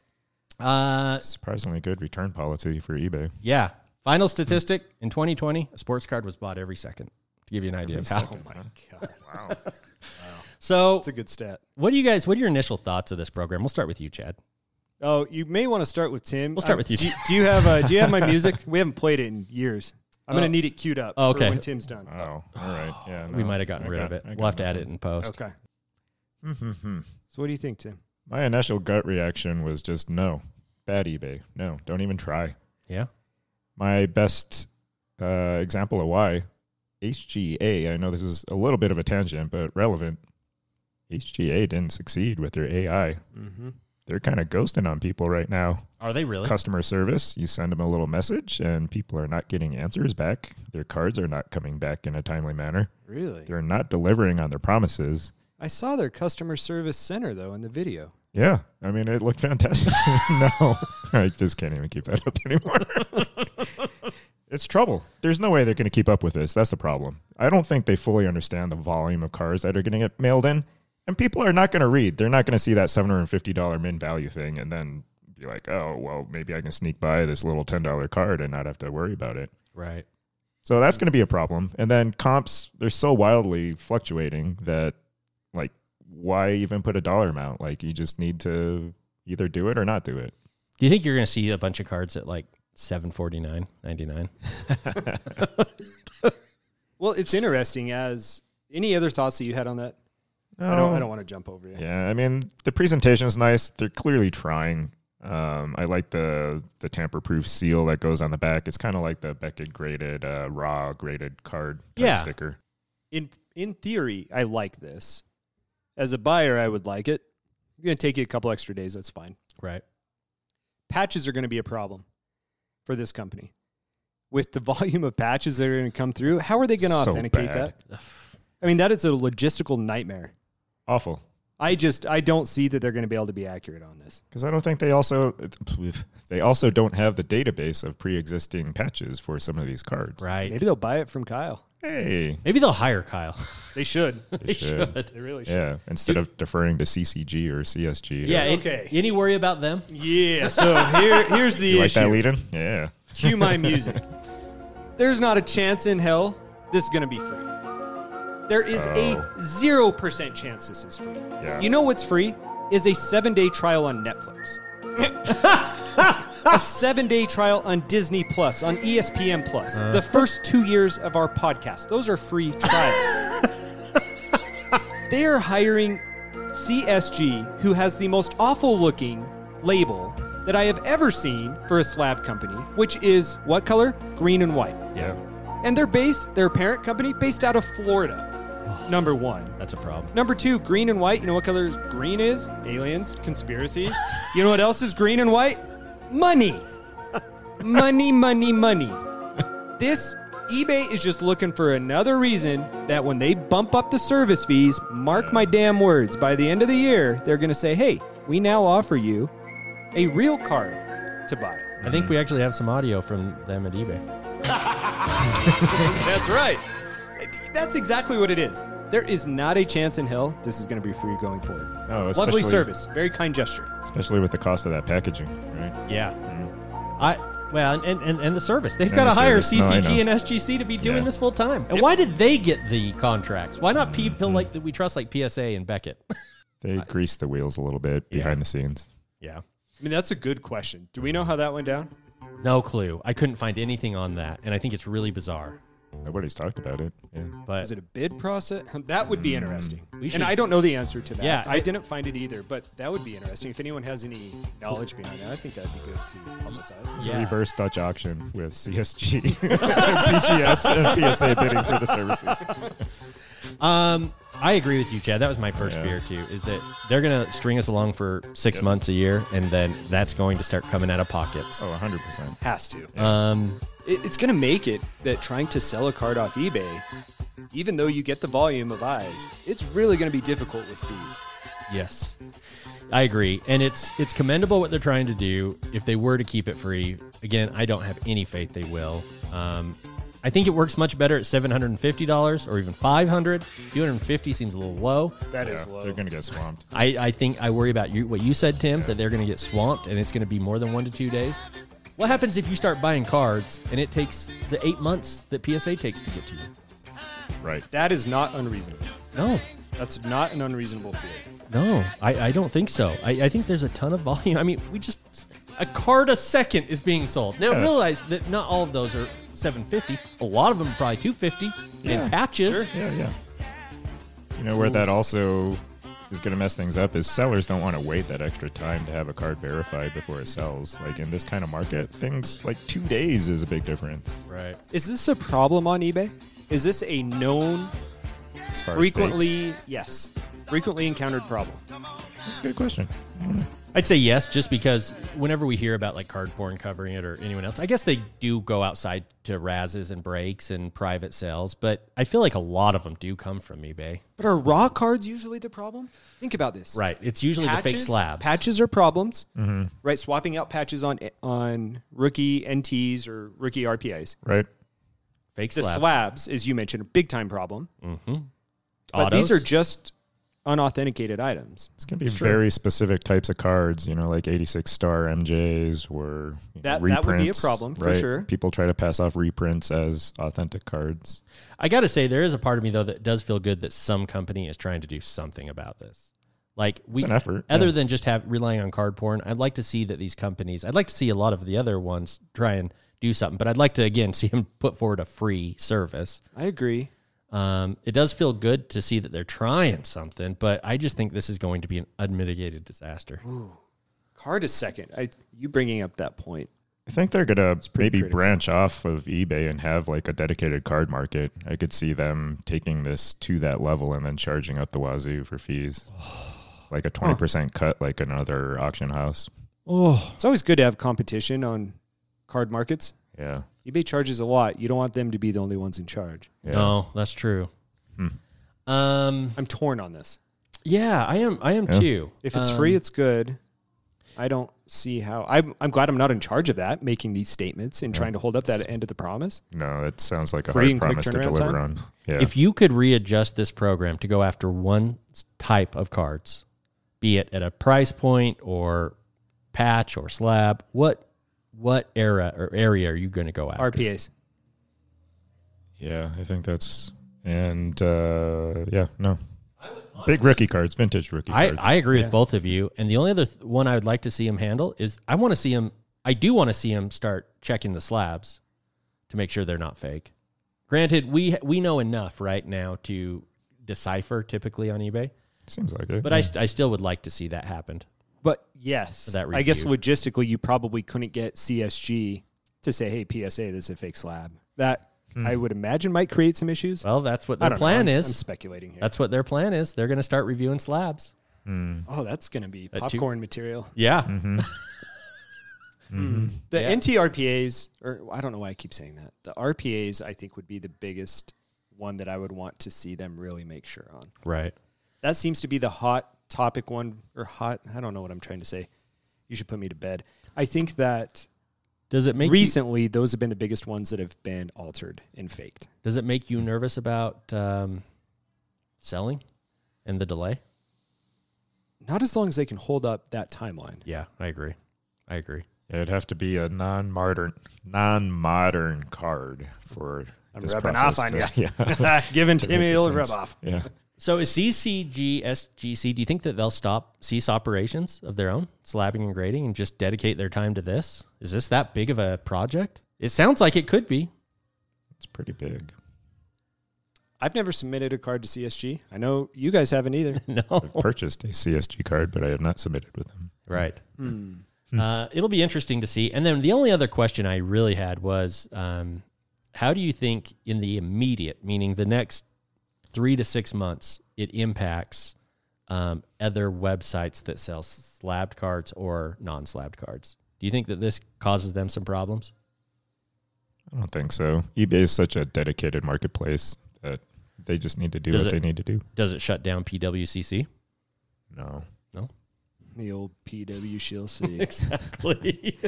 A: Uh,
E: Surprisingly good return policy for eBay.
A: yeah. Final statistic in 2020, a sports card was bought every second. To give you an idea of how.
B: my God.
A: So,
B: That's a good stat.
A: what do you guys? What are your initial thoughts of this program? We'll start with you, Chad.
B: Oh, you may want to start with Tim. Um,
A: We'll start with you,
B: Do,
A: Tim.
B: do you have uh, Do you have my music? We haven't played it in years. I'm
A: Oh.
B: gonna need it queued up.
A: Oh,
B: for
A: okay.
B: when Tim's done.
E: Oh, all right. Yeah.
A: we
E: no,
A: might have gotten
E: I
A: rid
E: got-
A: of it.
E: I
A: We'll
E: got Hmm,
A: have to add it in post.
B: Okay.
E: nothing.
B: So what do you think, Tim?
E: My initial gut reaction was just no. Bad eBay. No, don't even try.
A: Yeah.
E: My best uh, example of why HGA, I know this is a little bit of a tangent, but relevant. HGA didn't succeed with their AI.
B: Mm-hmm.
E: They're kind of ghosting on people right now.
B: Oh,
A: Are they really?
E: Customer service, you send them a little message, and people are not getting answers back. Their cards are not coming back in a timely manner.
B: Really?
E: They're not delivering on their promises.
B: I saw their customer service center though in the video.
E: Yeah, I mean, it looked fantastic. no, I just can't even keep that up anymore. it's trouble. There's no way they're going to keep up with this. That's the problem. I don't think they fully understand the volume of cars that are going to get mailed in. And people are not going to read. They're not going to see that $750 min value thing and then be like, oh, well, maybe I can sneak by this little $10 card and not have to worry about it.
A: Right.
E: So that's going to be a problem. And then comps, they're so wildly fluctuating that, like, why even put a dollar amount? Like, you just need to either do it or not do it.
A: Do you think you're going to see a bunch of cards at like seven forty nine ninety nine?
B: Well, it's interesting. As any other thoughts that you had on that? I don't. I don't want to jump over you.
E: Oh. Yeah, I mean the presentation is nice. They're clearly trying. Um, I like the the tamper proof seal that goes on the back. It's kind of like the Beckett graded uh, raw graded card type
A: Yeah.
E: sticker.
B: In in theory, I like this. As a buyer, I would like it. I'm going to take you a couple extra days. That's fine.
A: Right.
B: patches are going to be a problem for this company. With the volume of patches that are going to come through, how are they going to
E: So
B: authenticate
E: bad.
B: that? I mean, that is a logistical nightmare.
E: Awful.
B: I just I don't see that they're going to be able to be accurate on this.
E: Because I don't think they also they also don't have the database of pre existing patches for some of these cards.
A: Right.
B: Maybe they'll buy it from Kyle.
E: Hey,
A: Maybe they'll hire Kyle.
B: They should.
E: they should.
B: they really should.
E: Yeah, instead of deferring to CCG or CSG.
A: Yeah. an-
B: Okay.
A: Any worry about them?
B: Yeah. So here here's the
E: you like
B: issue.
E: that lead in? Yeah.
B: Cue my music. There's not a chance in hell this is going to be free. There is
E: Oh.
B: a 0% chance this is free.
E: Yeah.
B: You know what's free? Is a seven day trial on Netflix. a seven day trial on Disney Plus, on E ESPN Plus. the first two years of our podcast. Those are free trials. they are hiring CSG, who has the most awful looking label that I have ever seen for a slab company, which is what color? Green and white.
E: Yeah.
B: And they're based, their parent company, based out of Florida. Number one.
A: That's a problem.
B: Number two, green and white. You know what color is green is? Aliens, conspiracies. you know what else is green and white? Money. money, money, money. This eBay is just looking for another reason that when they bump up the service fees, mark my damn words, by the end of the year, they're going to say, hey, we now offer you a real card to buy.
A: I think we actually have some audio from them at eBay.
B: That's right. That's exactly what it is. There is not a chance in hell this is going to be free going forward.
E: No,
B: Lovely
E: especially-
B: service. Very kind gesture.
E: Especially with the cost of that packaging, right?
A: Yeah. I well, and, and, and the service. They've
E: And
A: got to
E: the
A: hire
E: service. No, I
A: CCG
E: know.
A: and SGC to be doing
E: Yeah.
A: this full time. And why did they get the contracts? Why not
E: Hmm.
A: people like that we trust like PSA and Beckett?
E: They grease the wheels a little bit behind the scenes.
A: yeah.
B: I mean, that's a good question. Do we know how that went down?
A: No clue. I couldn't find anything on that, and I think it's really bizarre.
E: Nobody's talked about it. Yeah.
B: Is
A: But
B: it a bid process? That would be interesting.
A: Mm, We should-
B: And I don't know the answer to that.
A: Yeah.
B: I didn't find it either, but that would be interesting. If anyone has any knowledge behind that, I think that'd be good to publicize.
E: It's
A: Yeah.
E: a reverse Dutch auction with CSG, PGS, and PSA bidding for the services.
A: um, I agree with you, Chad. That was my first
E: Yeah.
A: fear too. Is that they're gonna string us along for six months a year, and then that's going to start coming out of pockets.
E: Oh, 100%.
B: Has to.
A: Um,
B: It- It's going to make it that trying to sell a card off eBay, even though you get the volume of eyes, it's really going to be difficult with fees.
A: yes, I agree, and it's it's commendable what they're trying to do. If they were to keep it free, again, I don't have any faith they will. Um, I think it works much better at seven hundred and fifty dollars, or even five hundred. Two hundred and fifty seems a little low.
B: That is
E: Yeah, they're going to get swamped.
A: I, I think I worry about you what you said, Tim, that they're going to get swamped and it's going to be more than one to two days. What happens if you start buying cards and it takes the eight months that PSA takes to get to you?
E: Right.
B: That is not unreasonable.
A: No,
B: That's not an unreasonable fear.
A: no, I, I don't think so. I, I think there's a ton of volume. I mean, we just a card a second is being sold. Now
E: Yeah.
A: realize that not all of those are 750. A lot of them are probably 250
E: Yeah,
A: and patches.
E: Yeah, yeah. You know where that also is going to mess things up is sellers don't want to wait that extra time to have a card verified before it sells. Like in this kind of market, things like two days is a big difference.
A: Right.
B: Is this a problem on eBay? Is this a known
E: As far as
B: frequently yes frequently encountered problem
E: fakes. that's a good question.
A: I'd say yes, just because whenever we hear about like card porn covering it or anyone else, I guess they do go outside to Raz's and breaks and private sales, but I feel like a lot of them do come from eBay.
B: but are raw cards usually the problem think about this
A: Right. It's usually the fake slabs. Mm-hmm.
B: patches are problems right swapping out patches on on rookie nts or rookie rpas
E: Right.
A: fake
B: the
A: slabs. Mm-hmm.
B: slabs as you mentioned a big time problem but
A: Autos.
B: these are just unauthenticated items.
E: It's gonna be very specific types of cards, you know, like 86 star MJs were you know,
B: That- that would be a
E: reprints,
B: problem, for
E: right?
B: sure.
E: People try to pass off reprints as authentic cards.
A: I got to say, there is a part of me though that does feel good that some company is trying to do something about this. Like we,
E: It's an effort,
A: other
E: yeah.
A: than just have relying on card porn. I'd like to see that these companies. I'd like to see a lot of the other ones try and do something, but I'd like to again see them put forward a free service.
B: I agree.
A: Um, it does feel good to see that they're trying something, but I just think this is going to be an unmitigated disaster.
B: Card is second. I you bringing up that point.
E: I think they're gonna
B: pretty
E: maybe
B: critical.
E: branch off of eBay and have like a dedicated card market. I could see them taking this to that level and then charging up the wazoo for fees, like a twenty percent cut, like another auction house.
B: It's always good to have competition on card markets.
E: Yeah,
B: eBay charges a lot. You don't want them to be the only ones in charge.
E: yeah. Hmm.
A: No, that's true. Um,
B: I'm torn on this.
A: yeah, I am. I am
E: Yeah.
A: too.
B: If it's
A: Um,
B: free, it's good. I don't see how. I'm, I'm glad I'm not in charge of that, making these statements and trying to hold up that end of the promise.
E: no, that sounds like a
B: Free
E: hard
B: and quick
E: promise to
B: turnaround
E: deliver
B: time?
E: on. Yeah,
A: If you could readjust this program to go after one s- type of cards, be it at a price point or patch or slab, what what era or area are you going to go after?
B: RPAs.
E: Yeah, I think that's and uh, yeah, no. Big rookie cards, vintage rookie
A: I,
E: cards.
A: I agree with both of you. And the only other th- one I would like to see him handle is I want to see him. I do want to see him start checking the slabs to make sure they're not fake. Granted, we we know enough right now to decipher typically on eBay,
E: seems like it.
A: but
B: Hmm.
A: I, st- I still would like to see that happened.
B: But yes,
A: that
B: I guess
A: review.
B: logistically, you probably couldn't get CSG to say, "Hey, PSA, this is a fake slab." That I would imagine might create some issues.
A: Hmm. Well, that's what
B: I
A: their
B: don't
A: plan
B: know. I'm- I'm
A: is.
B: speculating here.
A: That's what their plan is. They're going to start reviewing slabs.
B: oh, that's going to be
A: two-
B: popcorn material.
A: Yeah.
B: The NTRPAs, or I don't know why I keep saying that. The RPAs, I think, would be the biggest one that I would want to see them really make sure on.
A: Right.
B: That seems to be the hot topic one, or hot. I don't know what I'm trying to say. You should put me to bed. I think that
A: Does it make you,
B: recently those have been the biggest ones that have been altered and faked.
A: does it make you nervous about um, selling and the delay?
B: Not as long as they can hold up that timeline.
A: Yeah, I agree. I agree.
E: It'd have to be a non-modern, non-modern card for. I'm
B: rubbing off on
E: you. Yeah,
B: Given
E: To make
B: Timmy
E: the
B: a little rub
E: sense.
B: off.
E: yeah.
A: So is CCG SGC? Do you think that they'll stop cease operations of their own slabbing and grading and just dedicate their time to this? Is this that big of a project? It sounds like it could be.
E: It's pretty big.
B: I've never submitted a card to CSG. I know you guys haven't either.
A: No.
E: I've purchased a CSG card, but I have not submitted with them.
A: Right. Uh, it'll be interesting to see. And then the only other question I really had was um, how do you think, in the immediate, meaning the next three to six months, it impacts um, other websites that sell slabbed cards or non slabbed cards? Do you think that this causes them some problems?
E: I don't think so. eBay is such a dedicated marketplace that they just need to do
A: Does
E: what
A: it-
E: they need to do.
A: Does it shut down PWCC?
E: No,
B: The old PW Shield City.
A: Exactly.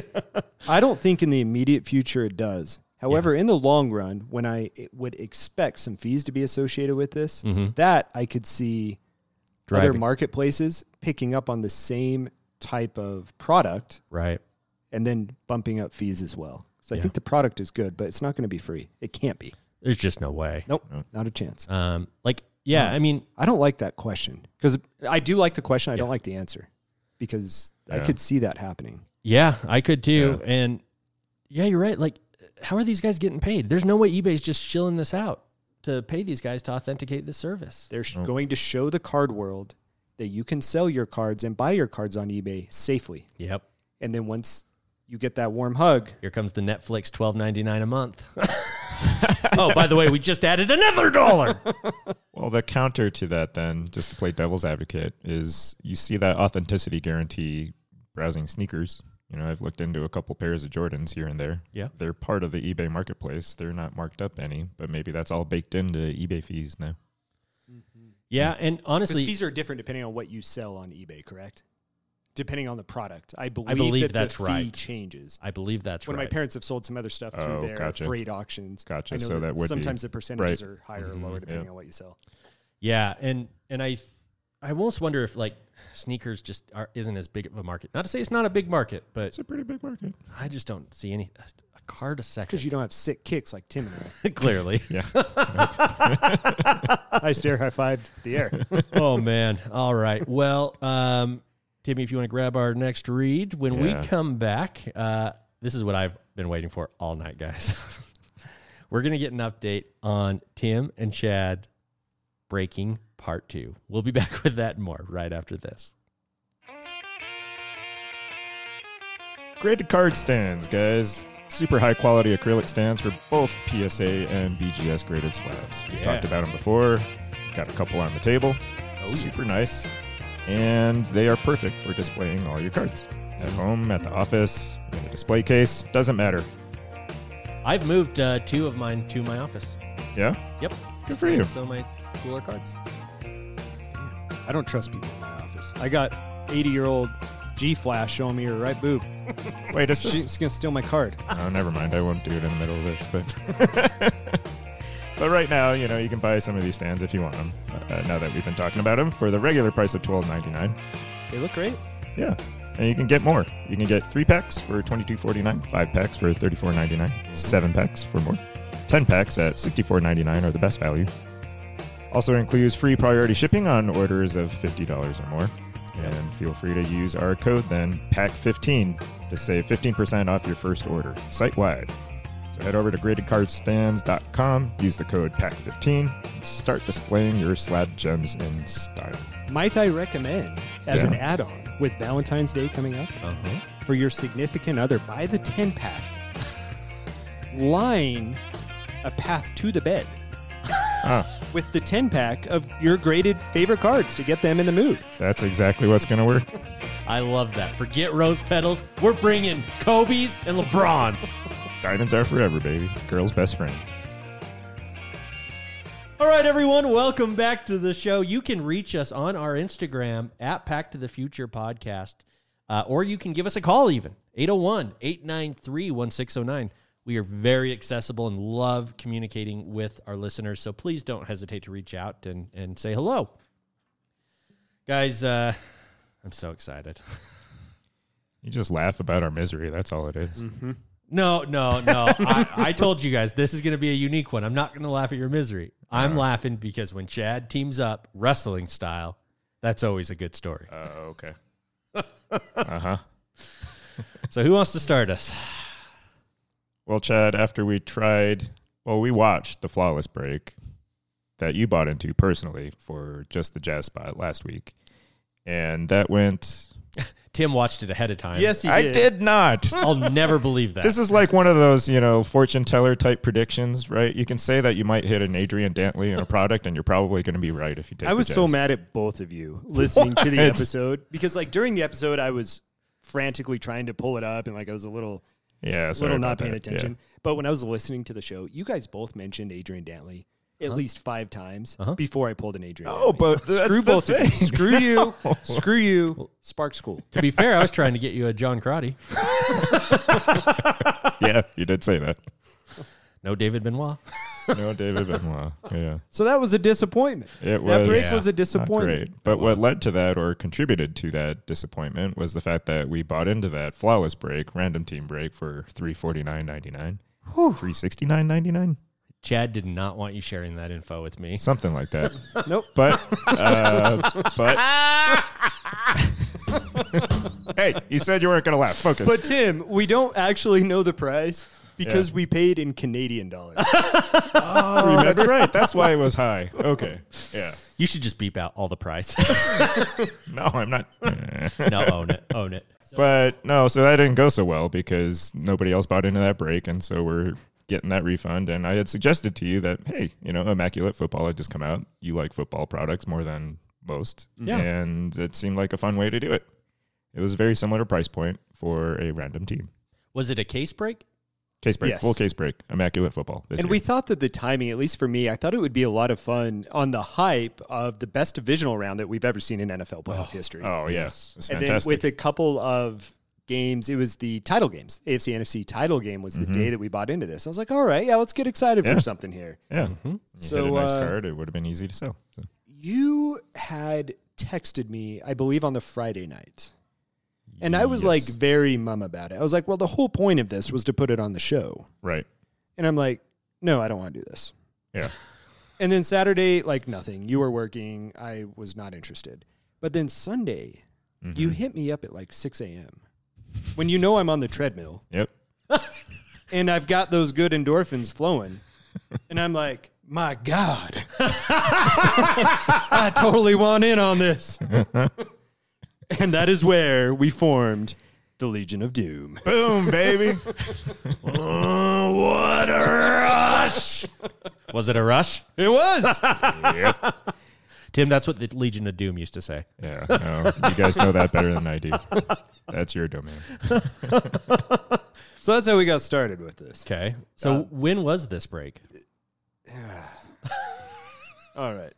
B: I don't think in the immediate future it does. However, in the long run, when I would expect some fees to be associated with this, that I could see other
A: Driving.
B: marketplaces picking up on the same type of product
A: right.
B: and then bumping up fees as well. So I think the product is good, but it's not going to be free. It can't be.
A: There's just no way.
B: Nope, not a chance.
A: Um, like, yeah, I mean,
B: I don't like that question because I do like the question. I don't like the answer because I could see that happening.
A: Yeah, I could too. And yeah, you're right. Like, how are these guys getting paid? There's no way eBay's just shilling this out to pay these guys to authenticate the service.
B: They're
E: Oh.
B: sh going to show the card world that you can sell your cards and buy your cards on eBay safely.
A: Yep.
B: And then once you get that warm hug,
A: Here comes the Netflix twelve ninety nine a month. oh, by the way, we just added another dollar.
E: Well, the counter to that, then, just to play devil's advocate, is you see that authenticity guarantee browsing sneakers. You know, I've looked into a couple pairs of Jordans here and there.
A: Yeah.
E: They're part of the eBay marketplace. They're not marked up any, but maybe that's all baked into eBay fees now.
A: yeah, and
B: because
A: honestly,
B: fees are different depending on what you sell on eBay, correct? Depending on the product, I believe,
A: believe
B: that
A: that's
B: the fee
A: right.
B: changes.
A: I believe that's
B: when
A: right.
B: my parents have sold some other stuff through
E: Oh,
B: their
E: gotcha.
B: freight auctions,
E: Gotcha.
B: I know
E: So that would be- Mm-hmm,
B: sometimes the percentages
E: right.
B: are higher or lower depending on what you sell.
A: yeah, and and I I almost wonder if like sneakers just are, isn't as big of a market. Not to say it's not a big market, but
E: It's a pretty big market.
A: I just don't see any a, a card a
B: Because
A: second.
B: you don't have sick kicks like Tim and
A: Clearly.
E: Yeah.
B: I. I stare high fived the air.
A: oh man. All right. Well, um, Timmy, if you want to grab our next read when
E: Yeah.
A: we come back, uh, this is what I've been waiting for all night, guys. We're gonna get an update on Tim and Chad breaking part two. We'll be back with that and more right after this.
E: Graded card stands, guys. Super high quality acrylic stands for both PSA and BGS graded slabs. We
A: Yeah.
E: talked about them before. Got a couple on the table. Super nice. And they are perfect for displaying all your cards at home, at the office, in a display case. Doesn't matter.
A: I've moved uh, two of mine to my office.
E: Yeah?
A: Yep.
E: Good for you.
A: So my cooler cards.
B: I don't trust people in my office. I got 80 year old G Flash showing me her right boob.
E: Wait, is this
B: She's going to steal my card.
E: oh, never mind. I won't do it in the middle of this. But but right now, you know, you can buy some of these stands if you want them. Uh, now that we've been talking about them, for the regular price of twelve ninety nine.
B: They look great.
E: Yeah, and you can get more. You can get three packs for twenty two forty nine, five packs for thirty four ninety nine, seven packs for more, ten packs at sixty four ninety nine are the best value. Also includes free priority shipping on orders of fifty dollars or more. And feel free to use our code then PACK15 to save 15% off your first order site wide. So head over to gradedcardstands.com, use the code PACK15, and start displaying your slab gems in style.
B: Might I recommend as
E: Yeah. Uh-huh.
B: an add on with Valentine's Day coming up for your significant other, buy the 10 pack, line a path to the bed
E: Ah.
B: with the 10 pack of your graded favorite cards to get them in the mood.
E: That's exactly what's going to work.
A: I love that. Forget rose petals. We're bringing Kobe's and LeBron's.
E: Diamonds are forever, baby. Girl's best friend.
A: All right, everyone, welcome back to the show. You can reach us on our Instagram at Pack to the Future Podcast, uh, or you can give us a call even 801 893 1609. We are very accessible and love communicating with our listeners, so please don't hesitate to reach out and, and say hello. Guys, uh, I'm so excited.
E: You just laugh about our misery. That's all it is.
A: No, no, no. I, I told you guys this is going to be a unique one. I'm not going to laugh at your misery. I'm laughing because when Chad teams up wrestling style, that's always a good story.
E: Oh, okay. uh huh.
A: So who wants to start us?
E: Well, Chad, after we tried, well, we watched the flawless break that you bought into personally for just the jazz spot last week, and that went.
A: Tim watched it ahead of time.
B: Yes,
E: I did not.
A: I'll never believe that.
E: This is like one of those, you know, fortune teller type predictions, right? You can say that you might hit an Adrian Dantley in a product, and you're probably going to be right if you take.
B: I
E: the
B: was so
E: Jazz.
B: mad at both of you listening to the
E: What?
B: episode because, like, during the episode, I was frantically trying to pull it up and, like, I was a little,
E: Yeah, sorry
B: little not
E: about
B: paying
E: that. Yeah.
B: attention. But when I was listening to the show, you guys both mentioned Adrian Dantley at least five times before I pulled an Adrian.
E: Uh-huh. Oh,
B: Dantley.
E: but that's
B: screw
E: the
B: both of you.
E: thing.
B: Screw you. Screw you. Spark School.
A: to be fair, I was trying to get you a John Crotty.
E: yeah, you did say that.
A: No David Benoit.
E: No, David Benoit. Yeah.
B: So that was a disappointment.
E: It
B: that
E: was-
B: break
E: Yeah.
B: was a
E: Not
B: disappointment.
E: great. But what led to that or contributed to that disappointment was the fact that we bought into that flawless break, random team break for three forty nine ninety nine. Three sixty nine ninety nine?
A: Chad did not want you sharing that info with me.
E: Something like that.
B: Nope.
E: But uh, but Hey, you said you weren't gonna laugh. Focus.
B: But Tim, we don't actually know the price because we paid in Canadian dollars.
E: That's right. That's why it was high. Okay. Yeah.
A: You should just beep out all the price.
E: No, I'm not
A: no, own it. Own it.
E: But no, so that didn't go so well because nobody else bought into that break, and so we're getting that refund. And I had suggested to you that hey, you know, Immaculate Football had just come out. You like football products more than most,
B: Mm.
A: Yeah.
E: and it seemed like a fun way to do it. It was very similar price point for a random team.
A: Was it a case break?
E: Case break,
B: Yes.
E: full case break, Immaculate Football. This
B: and
E: year.
B: we thought that the timing, at least for me, I thought it would be a lot of fun on the hype of the best divisional round that we've ever seen in NFL playoff history.
E: oh yeah, yes. it's
B: and
E: fantastic.
B: then with a couple of games, it was the title games. AFC NFC title game was the day that we bought into this. I was like, all right, yeah, let's get excited
E: Mm-hmm. Yeah.
B: for something here.
E: yeah, you hit
B: Mm-hmm. So,
E: a nice
B: uh,
E: card. It would have been easy to sell. So.
B: You had texted me, I believe, on the Friday night. And I was like
E: Yes.
B: very mum about it. I was like, well, the whole point of this was to put it on the show.
E: Right.
B: And I'm like, no, I don't want to do this.
E: Yeah.
B: And then Saturday, like nothing. You were working. I was not interested. But then Sunday,
E: Mm-hmm.
B: you hit me up at like 6 a.m. when you know I'm on the treadmill
E: Yep.
B: and I've got those good endorphins flowing. And I'm like, my God, I totally want in on this. and that is where we formed the Legion of Doom.
E: Boom, baby. oh, what a rush.
A: Was it a rush?
B: It was.
A: Tim, that's what the Legion of Doom used to say.
E: Yeah, no, you guys know that better than I do. That's your domain.
B: so that's how we got started with this.
A: Okay. So
E: Uh,
A: when was this break?
B: All right.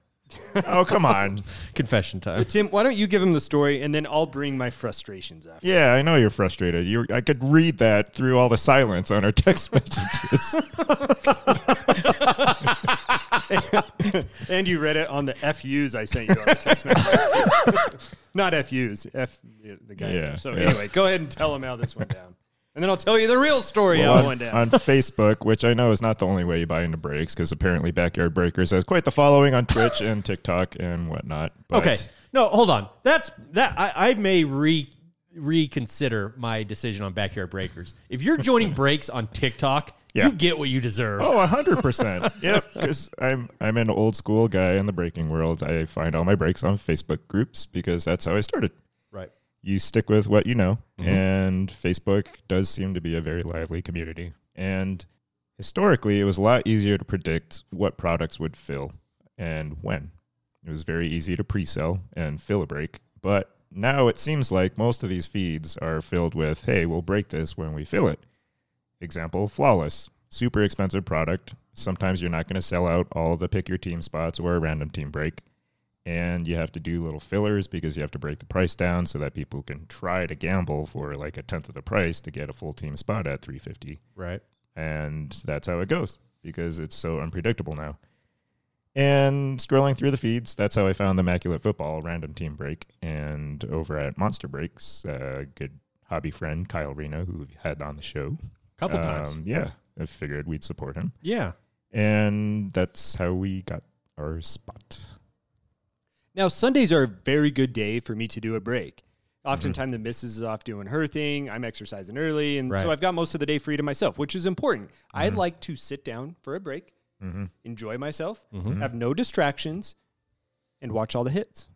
E: Oh, come on.
A: Confession time.
B: Tim, why don't you give him the story and then I'll bring my frustrations after.
E: Yeah, I know you're frustrated. You, I could read that through all the silence on our text messages.
B: And you read it on the FUs I sent you on the text message. Not FUs, F the guy.
E: Yeah,
B: so
E: yeah.
B: anyway, go ahead and tell him how this went down. And then I'll tell you the real story
E: Well,
B: how it
E: on,
B: went down.
E: on Facebook, which I know is not the only way you buy into breaks, because apparently Backyard Breakers has quite the following on Twitch and TikTok and whatnot. But
A: Okay. No, hold on. That's that I, I may re reconsider my decision on backyard breakers. If you're joining breaks on TikTok,
E: Yeah.
A: you get what you deserve.
E: Oh, hundred percent. Yep, because I'm I'm an old school guy in the breaking world. I find all my breaks on Facebook groups because that's how I started.
A: Right.
E: you stick with what you know. And Facebook does seem to be a very lively community. And historically, it was a lot easier to predict what products would fill and when. It was very easy to pre sell and fill a break. But now it seems like most of these feeds are filled with, hey, we'll break this when we fill it. Example Flawless, super expensive product. Sometimes you're not going to sell out all the pick your team spots or a random team break and you have to do little fillers because you have to break the price down so that people can try to gamble for like a tenth of the price to get a full team spot at 350
A: Right.
E: and that's how it goes because it's so unpredictable now and scrolling through the feeds that's how i found the immaculate football random team break and over at monster breaks a good hobby friend kyle reno who we've had on the show
A: Couple times.
E: Um, yeah i figured we'd support him
A: Yeah.
E: and that's how we got our spot
B: Now Sundays are a very good day for me to do a break. Oftentimes the missus is off doing her thing. I'm exercising early, and
A: Right.
B: so I've got most of the day free to myself, which is important. I
E: Mm-hmm.
B: like to sit down for a break, enjoy myself,
E: Mm-hmm.
B: have no distractions, and watch all the hits.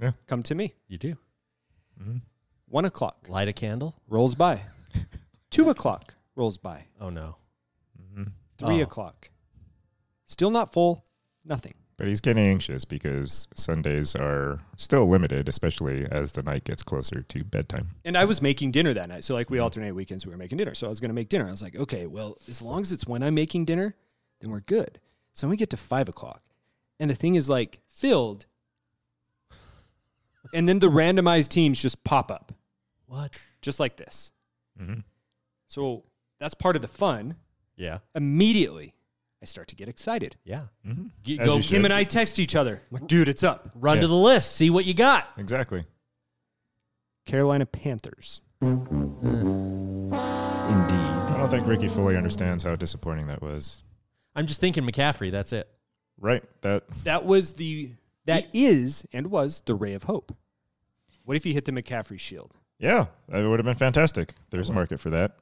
E: Yeah.
B: Come to me.
A: You do.
B: One o'clock
A: Light a candle?
B: rolls by. Two o'clock rolls by.
A: Oh no.
B: Three
A: Oh.
B: o'clock. Still not full. Nothing.
E: But he's getting anxious because Sundays are still limited, especially as the night gets closer to bedtime.
B: And I was making dinner that night. So like we alternate weekends, we were making dinner. So I was going to make dinner. I was like, okay, well, as long as it's when I'm making dinner, then we're good. So we get to five o'clock, and the thing is like filled, and then the randomized teams just pop up,
A: What?
B: just like this.
E: Mhm.
B: So that's part of the fun.
A: Yeah.
B: Immediately, I start to get excited.
A: Yeah.
E: As
A: go
E: you
B: Tim
E: should.
B: and I text each other, I'm like, dude, it's up.
A: run
E: Yeah.
A: to the list, see what you got.
E: Exactly.
B: Carolina Panthers.
E: I don't think Ricky fully understands how disappointing that was.
A: I'm just thinking McCaffrey, that's it.
E: Right? That
B: That was the that is and was the ray of hope. What if he hit the McCaffrey shield?
E: yeah, that would have been fantastic. There's a market for that.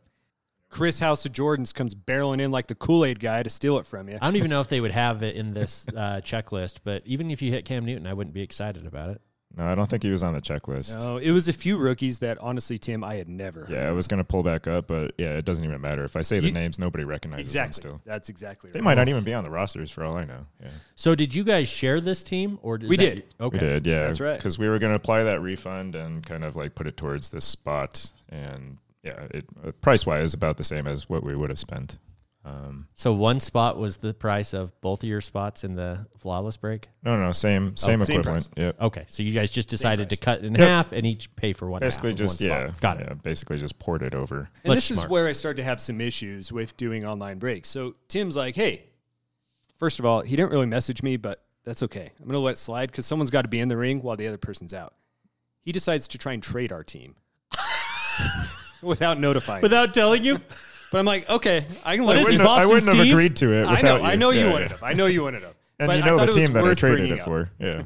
B: Chris House of Jordans comes barreling in like the Kool Aid guy to steal it from you.
A: I don't even know if they would have it in this uh, checklist, but even if you hit Cam Newton, I wouldn't be excited about it.
E: No, I don't think he was on the checklist.
B: No, Oh, it was a few rookies that honestly, Tim, I had never. heard.
E: Yeah, I was gonna pull back up, but yeah, it doesn't even matter. If I say the
B: You-
E: names, nobody recognizes
B: exactly.
E: them still.
B: That's exactly
E: They
B: right.
E: might not even be on the rosters for all I know. Yeah.
A: So, did you guys share this team, or is
B: We
A: that-
B: did.
A: Okay,
E: We did, yeah.
B: That's right.
E: Because we were going to apply that refund and kind of like put it towards this spot, and yeah, it uh, price wise about the same as what we would have spent. Um,
A: So one spot was the price of both of your spots in the flawless break.
E: no, no, same, same
B: same
E: equivalent. Yep.
A: Okay, so you guys just decided to cut it in half and each pay for one. half
E: Basically,
A: of
E: just
A: one
E: yeah,
A: spot. Got it.
E: yeah, Basically, just poured it over.
B: And
A: Much
B: this is
A: smart.
B: where I start to have some issues with doing online breaks. So Tim's like, hey, first of all, he didn't really message me, but That's okay. I'm going to let it slide because someone's got to be in the ring while the other person's out. He decides to try and trade our team without notifying. me.
A: Without telling you?
B: but I'm like, okay, I can
A: What
B: let
A: is
B: it
A: he,
B: slide.
A: Boston
E: I wouldn't have
A: Steve?
E: agreed to it.
B: I know,
E: without
B: I know you
E: Yeah,
B: wouldn't
E: yeah.
B: have. I know you wouldn't have.
E: And
B: But
E: you
B: I
E: know
B: thought
E: the
B: it was
E: team that I
B: worth
E: traded
B: bringing
E: it
B: up.
E: for. Yeah.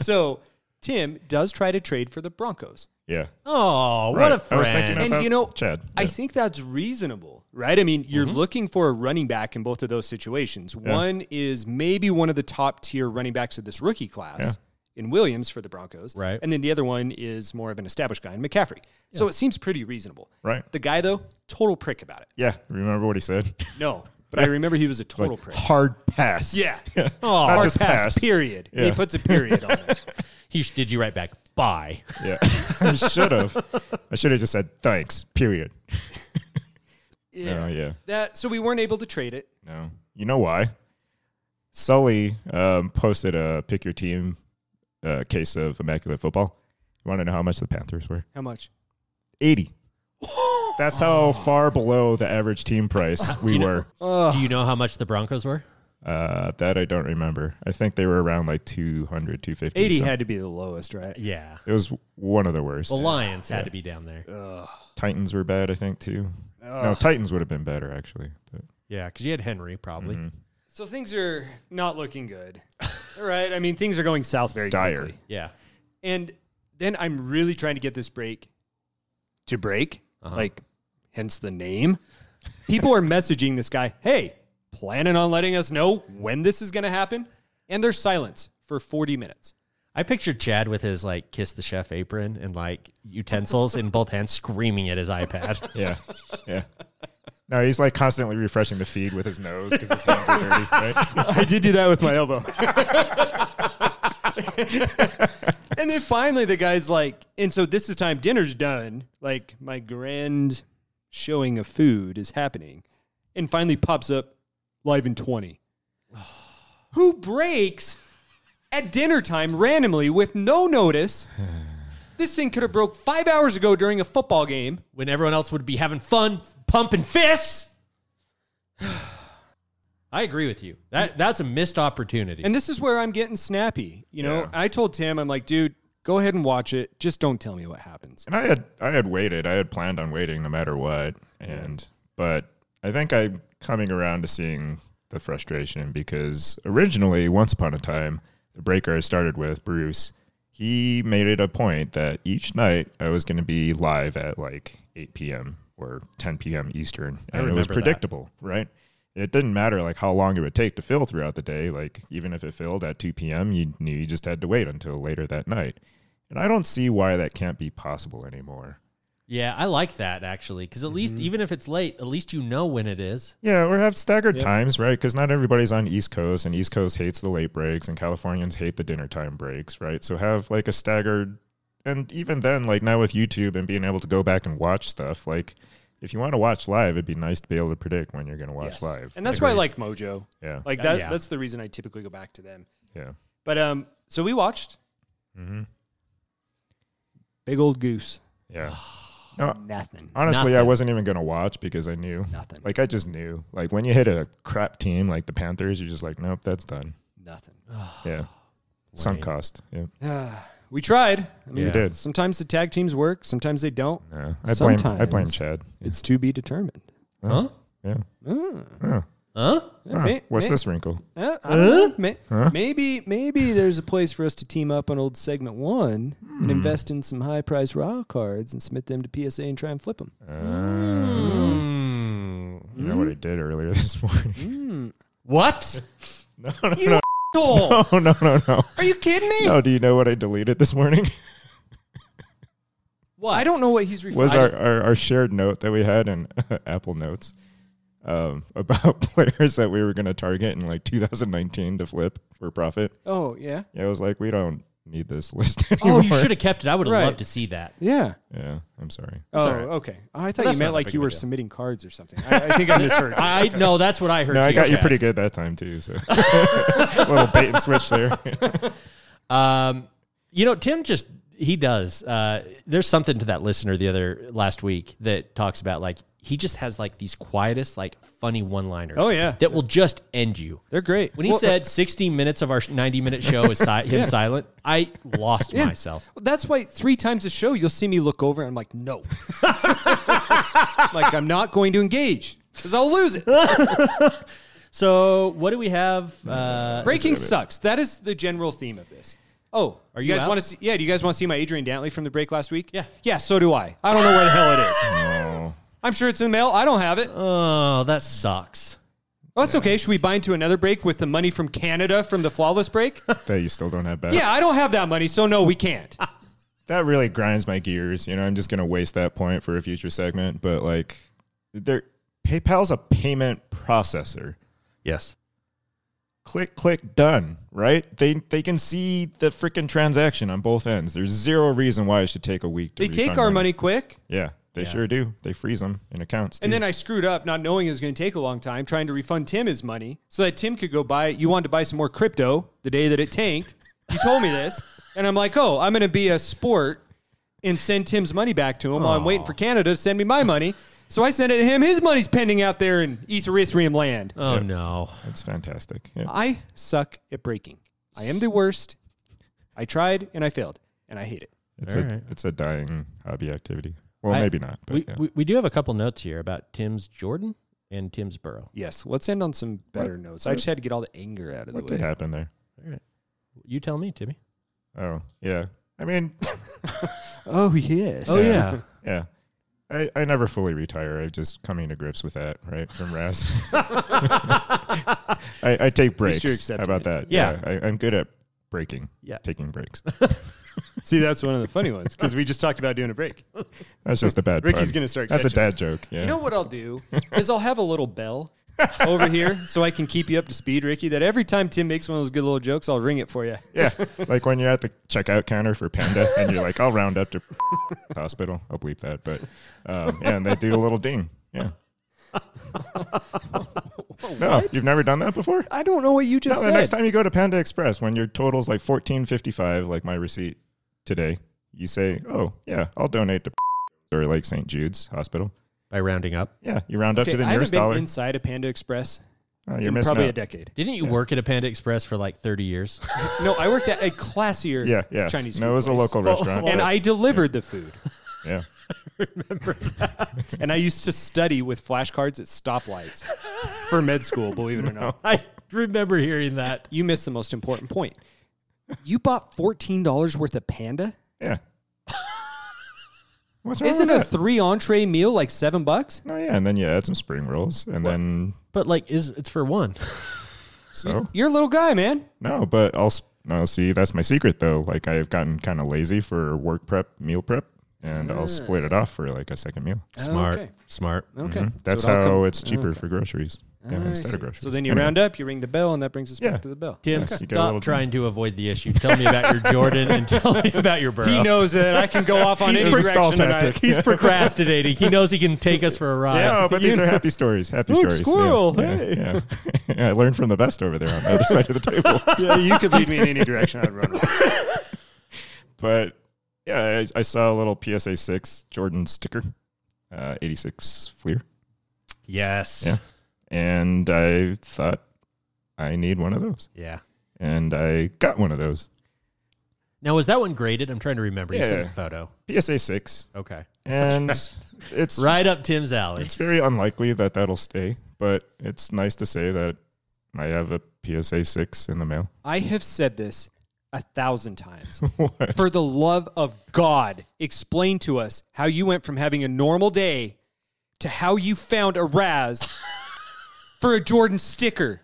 B: So Tim does try to trade for the Broncos.
E: Yeah.
A: Oh, what
E: Right.
A: a
E: I
A: friend.
E: was thinking of-
B: and
E: about
B: you know,
E: Chad.
B: I
E: Yeah. Mm-hmm.
B: think that's reasonable, right? I mean, you're looking for a running back in both of those situations. One is maybe one of the top tier running backs of this rookie class in Williams for the Broncos,
A: Right.
B: And then the other one is more of an established guy in McCaffrey. So it seems pretty reasonable,
E: Right.
B: The guy though, total prick about it.
E: Yeah. Remember what he said?
B: No, but I remember he was a total
E: Like,
B: prick.
E: hard pass.
B: Yeah.
E: Oh, Not
B: Hard
E: just
B: pass,
E: pass.
B: period. And He
E: Yeah.
B: puts a period on it.
A: he sh- did you right back. Bye.
E: Yeah. I should have. I should have just said thanks. Period. No, Oh, yeah.
B: That so we weren't able to trade it.
E: No. You know why? Sully um, posted a pick your team uh, case of immaculate football. You want to know how much the Panthers were?
B: How much?
E: 80. That's how far below the average team price we were.
A: Do you know how much the Broncos were?
E: Uh, that I don't remember. I think they were around like 200, 250.
B: 80
E: so-
B: had to be the lowest, right?
A: Yeah.
E: It was one of the worst.
A: The Lions had to be down there.
E: Titans were bad, I think, too.
A: Oh.
E: No, Titans would have been better, actually. But
A: Yeah, because you had Henry probably.
E: Mm-hmm.
B: So things are not looking good. All right. I mean, things are going south very
E: Dire.
B: quickly.
A: Yeah.
B: And then I'm really trying to get this break to break, like, hence the name. People are messaging this guy, hey, planning on letting us know when this is going to happen? And there's silence for 40 minutes.
A: I pictured Chad with his like kiss the chef apron and like utensils in both hands screaming at his iPad.
E: yeah. Yeah. No, he's like constantly refreshing the feed with his nose because his hands are dirty, right?
B: I did do that with my elbow. and then finally, the guy's like, and so this is time dinner's done. Like, my grand showing of food is happening. And finally pops up live in 20. Who breaks at dinner time randomly with no notice? This thing could have broke five hours ago during a football game.
A: when everyone else would be having fun pumping fists. I agree with you. That that's a missed opportunity.
B: And this is where I'm getting snappy. You know,
E: Yeah.
B: I told Tim, I'm like, dude, go ahead and watch it. Just don't tell me what happens.
E: And I had I had waited. I had planned on waiting no matter what. And but I think I'm coming around to seeing the frustration because originally, once upon a time, the breaker I started with, Bruce, he made it a point that each night I was gonna be live at like eight PM or ten PM Eastern. And it was
A: remember that.
E: predictable, right? It didn't matter like how long it would take to fill throughout the day. Like even if it filled at two PM, you knew you just had to wait until later that night. And I don't see why that can't be possible anymore.
A: yeah, I like that actually because at least even if it's late, at least you know when it is.
E: Yeah, or have staggered times, right? Because not everybody's on East Coast, and East Coast hates the late breaks, and Californians hate the dinner time breaks, right? So have like a staggered, and even then, like now with YouTube and being able to go back and watch stuff, like if you want to watch live, it'd be nice to be able to predict when you're going to watch live.
B: And that's why I like Mojo.
E: Yeah.
B: Like that
A: yeah.
B: that's the reason I typically go back to them.
E: yeah,
B: But um so we watched. Big old goose.
E: yeah.
B: Nothing.
E: Honestly, I
A: Nothing.
E: wasn't even going to watch because I knew
B: Nothing.
E: Like I just knew. Like when you hit a crap team like the Panthers, you're just like, nope, that's done.
B: Nothing.
E: Yeah. Sunk cost. Yeah.
B: We tried. I mean,
E: You did.
B: sometimes the tag teams work, sometimes they don't.
E: Yeah. I blame. I blame
B: Sometimes. Ah.
E: Chad.
B: It's to be determined.
A: Huh?
E: Yeah.
A: Huh?
E: Huh,
B: May-
E: What's
B: may-
E: this wrinkle?
B: Uh, I don't know. May- Maybe maybe there's a place for us to team up on old segment one and invest in some high price raw cards and submit them to PSA and try and flip them.
E: You know what I did earlier this morning?
B: Mm.
A: What?
E: No, no,
B: You asshole!
E: Oh, no, no, no, no.
B: Are you kidding me?
E: No, do you know what I deleted this morning?
A: What?
B: I don't know what he's referring.
E: Was our, our, our shared note that we had in Apple Notes um, about players that we were going to target in like 2019 to flip for profit.
B: Oh yeah,
E: Yeah, I was like, we don't need this list anymore.
A: Oh, you should have kept it. I would have
B: Right.
A: loved to see that.
B: yeah.
E: Yeah, I'm sorry.
B: Oh, okay. I thought
A: that's
B: you
A: not
B: meant
A: a
B: like
A: big
B: you
A: of a
B: were
A: deal.
B: submitting cards or something. I, I think I misheard.
A: I know that's what I heard.
E: No, I
A: too,
E: got you
A: Chad.
E: pretty good that time too. So little bait and switch there.
A: Um, you know, Tim just he does. Uh, there's something to that listener the other last week that talks about like he just has like these quietest, like funny one-liners.
B: Oh, yeah.
A: that will just end you.
B: They're great.
A: When he
B: Well,
A: said 60 minutes of our 90-minute show is si- him silent, I lost myself.
B: Well, that's why three times a show you'll see me look over and I'm like, no. I'm like I'm not going to engage because I'll lose it.
A: So what do we have? Uh,
B: Breaking sucks. That is the general theme of this. Oh, are you,
A: you
B: guys
A: out?
B: want to see? Yeah, do you guys want to see my Adrian Dantley from the break last week?
A: Yeah.
B: yeah. So do I. I don't know where the hell it is.
E: Oh,
B: I'm sure it's in the mail. I don't have it. Oh,
A: oh, that sucks.
B: that's okay. Should we bind to another break with the money from Canada from the flawless break?
E: that you still don't have back.
B: yeah, I don't have that money, so no, we can't.
E: that really grinds my gears. You know, I'm just gonna waste that point for a future segment. But like, there, PayPal's a payment processor.
A: Yes.
E: Click, click, done. Right? They they can see the freaking transaction on both ends. There's zero reason why it should take a week. To
B: They take
E: refund
B: our money quick.
E: Yeah, they sure do. They freeze them in accounts.
B: And
E: too.
B: then I screwed up, not knowing it was going to take a long time, trying to refund Tim his money so that Tim could go buy. You wanted to buy some more crypto the day that it tanked. You told me this, and I'm like, oh, I'm going to be a sport and send Tim's money back to him while I'm waiting for Canada to send me my money. So I sent it to him. His money's pending out there in Ethereum land.
A: Oh no.
E: That's fantastic. Yeah.
B: I suck at breaking. I am the worst. I tried and I failed, and I hate it.
E: It's a
A: Alright.
E: it's a dying hobby activity. Well,
A: I-
E: maybe not. But
A: we,
E: yeah.
A: we, we do have a couple notes here about Tim's Jordan and Tim's Burrow.
B: Yes, let's end on some better notes. I just had to get all the anger out of the
E: what did
B: way.
E: happen there?
A: You tell me, Timmy.
E: Oh yeah. I mean,
B: Oh yes.
A: Oh yeah.
E: yeah. I, I never fully retire. I'm just coming to grips with that, right? From rest. I, I take breaks.
B: least you're
E: How
B: accepting
E: about
B: it.
E: that?
A: Yeah.
E: I, I'm good at breaking.
A: Yeah.
E: Taking breaks.
B: See, that's one of the funny ones because we just talked about doing a break.
E: That's just a bad
B: Ricky's
E: pun.
B: gonna start
E: That's a
B: catching
E: dad joke. Yeah.
B: You know what I'll do is I'll have a little bell over here so I can keep you up to speed, Ricky. That every time Tim makes one of those good little jokes, I'll ring it for you.
E: Yeah. Like when you're at the checkout counter for Panda and you're like, I'll round up to hospital. I'll bleep that. But um, yeah, and they do a little ding. Yeah. no, you've never done that before?
B: I don't know what you
E: No,
B: just
E: the next
B: said.
E: time you go to Panda Express, when your total's like fourteen fifty five, like my receipt today, you say, "Oh yeah, I'll donate to or like St. Jude's Hospital."
A: By rounding up.
E: Yeah, you round up
B: Okay,
E: to the
B: I haven't
E: nearest
B: been
E: dollar.
B: inside a Panda Express
E: Oh, you're
B: in
E: missing
B: probably
E: out.
B: a decade.
A: Didn't you work at a Panda Express for like 30 years?
B: No, I worked at a classier
E: Yeah, yeah.
B: Chinese
E: No,
B: food
E: it was a
B: place. Oh,
E: local restaurant.
B: And I delivered the food.
E: yeah.
B: And I used to study with flashcards at stoplights for med school, believe it or not.
A: I remember hearing that.
B: You missed the most important point. You bought $14 worth of Panda?
E: Yeah. What's wrong
B: Isn't
E: with
B: a
E: that?
B: three entree meal like seven bucks?
E: No, yeah, and then you add some spring rolls, and then
A: But like, is it's for one?
E: so
B: You're a little guy, man.
E: no, but I'll s- no see. That's my secret though. Like I've gotten kind of lazy for work prep, meal prep, and I'll split
B: Ah.
E: it off for like a second meal.
A: Smart,
B: okay.
A: smart.
B: Okay. So
E: That's
B: it all
E: how
B: come- Ah,
E: it's cheaper for groceries yeah, instead of groceries.
B: So then you round up, you ring the bell, and that brings us
E: Yeah.
B: back to the bell.
A: Tim,
E: Yes, you get a
A: stop
E: little-
A: trying to avoid the issue. Tell me about your Jordan and tell me about your Burrow.
B: He knows that I can go off on
E: He's
B: any
E: a stall
B: direction tonight.
E: tactic.
A: He's procrastinating. He knows he can take us for a ride.
E: Yeah, but these are happy stories. Happy
B: Look,
E: stories. Yeah,
B: squirrel,
E: Yeah,
B: hey.
E: yeah. Yeah, I learned from the best over there on the other side of the table.
B: Yeah, you could lead me in any direction. I'd run.
E: But yeah, I, I saw a little PSA six Jordan sticker, uh, eighty six Fleer,
A: Yes.
E: Yeah. and I thought I need one of those,
A: Yeah.
E: and I got one of those
A: Now, was that one graded? I'm trying to remember. You
E: Yeah.
A: sent us the photo.
E: PSA six,
A: Okay.
E: and it's
A: Right up Tim's alley.
E: it's very unlikely that that'll stay, but it's nice to say that I have a PSA six in the mail.
B: I have said this a thousand times.
E: What?
B: For the love of God, explain to us how you went from having a normal day to how you found a Raz for a Jordan sticker.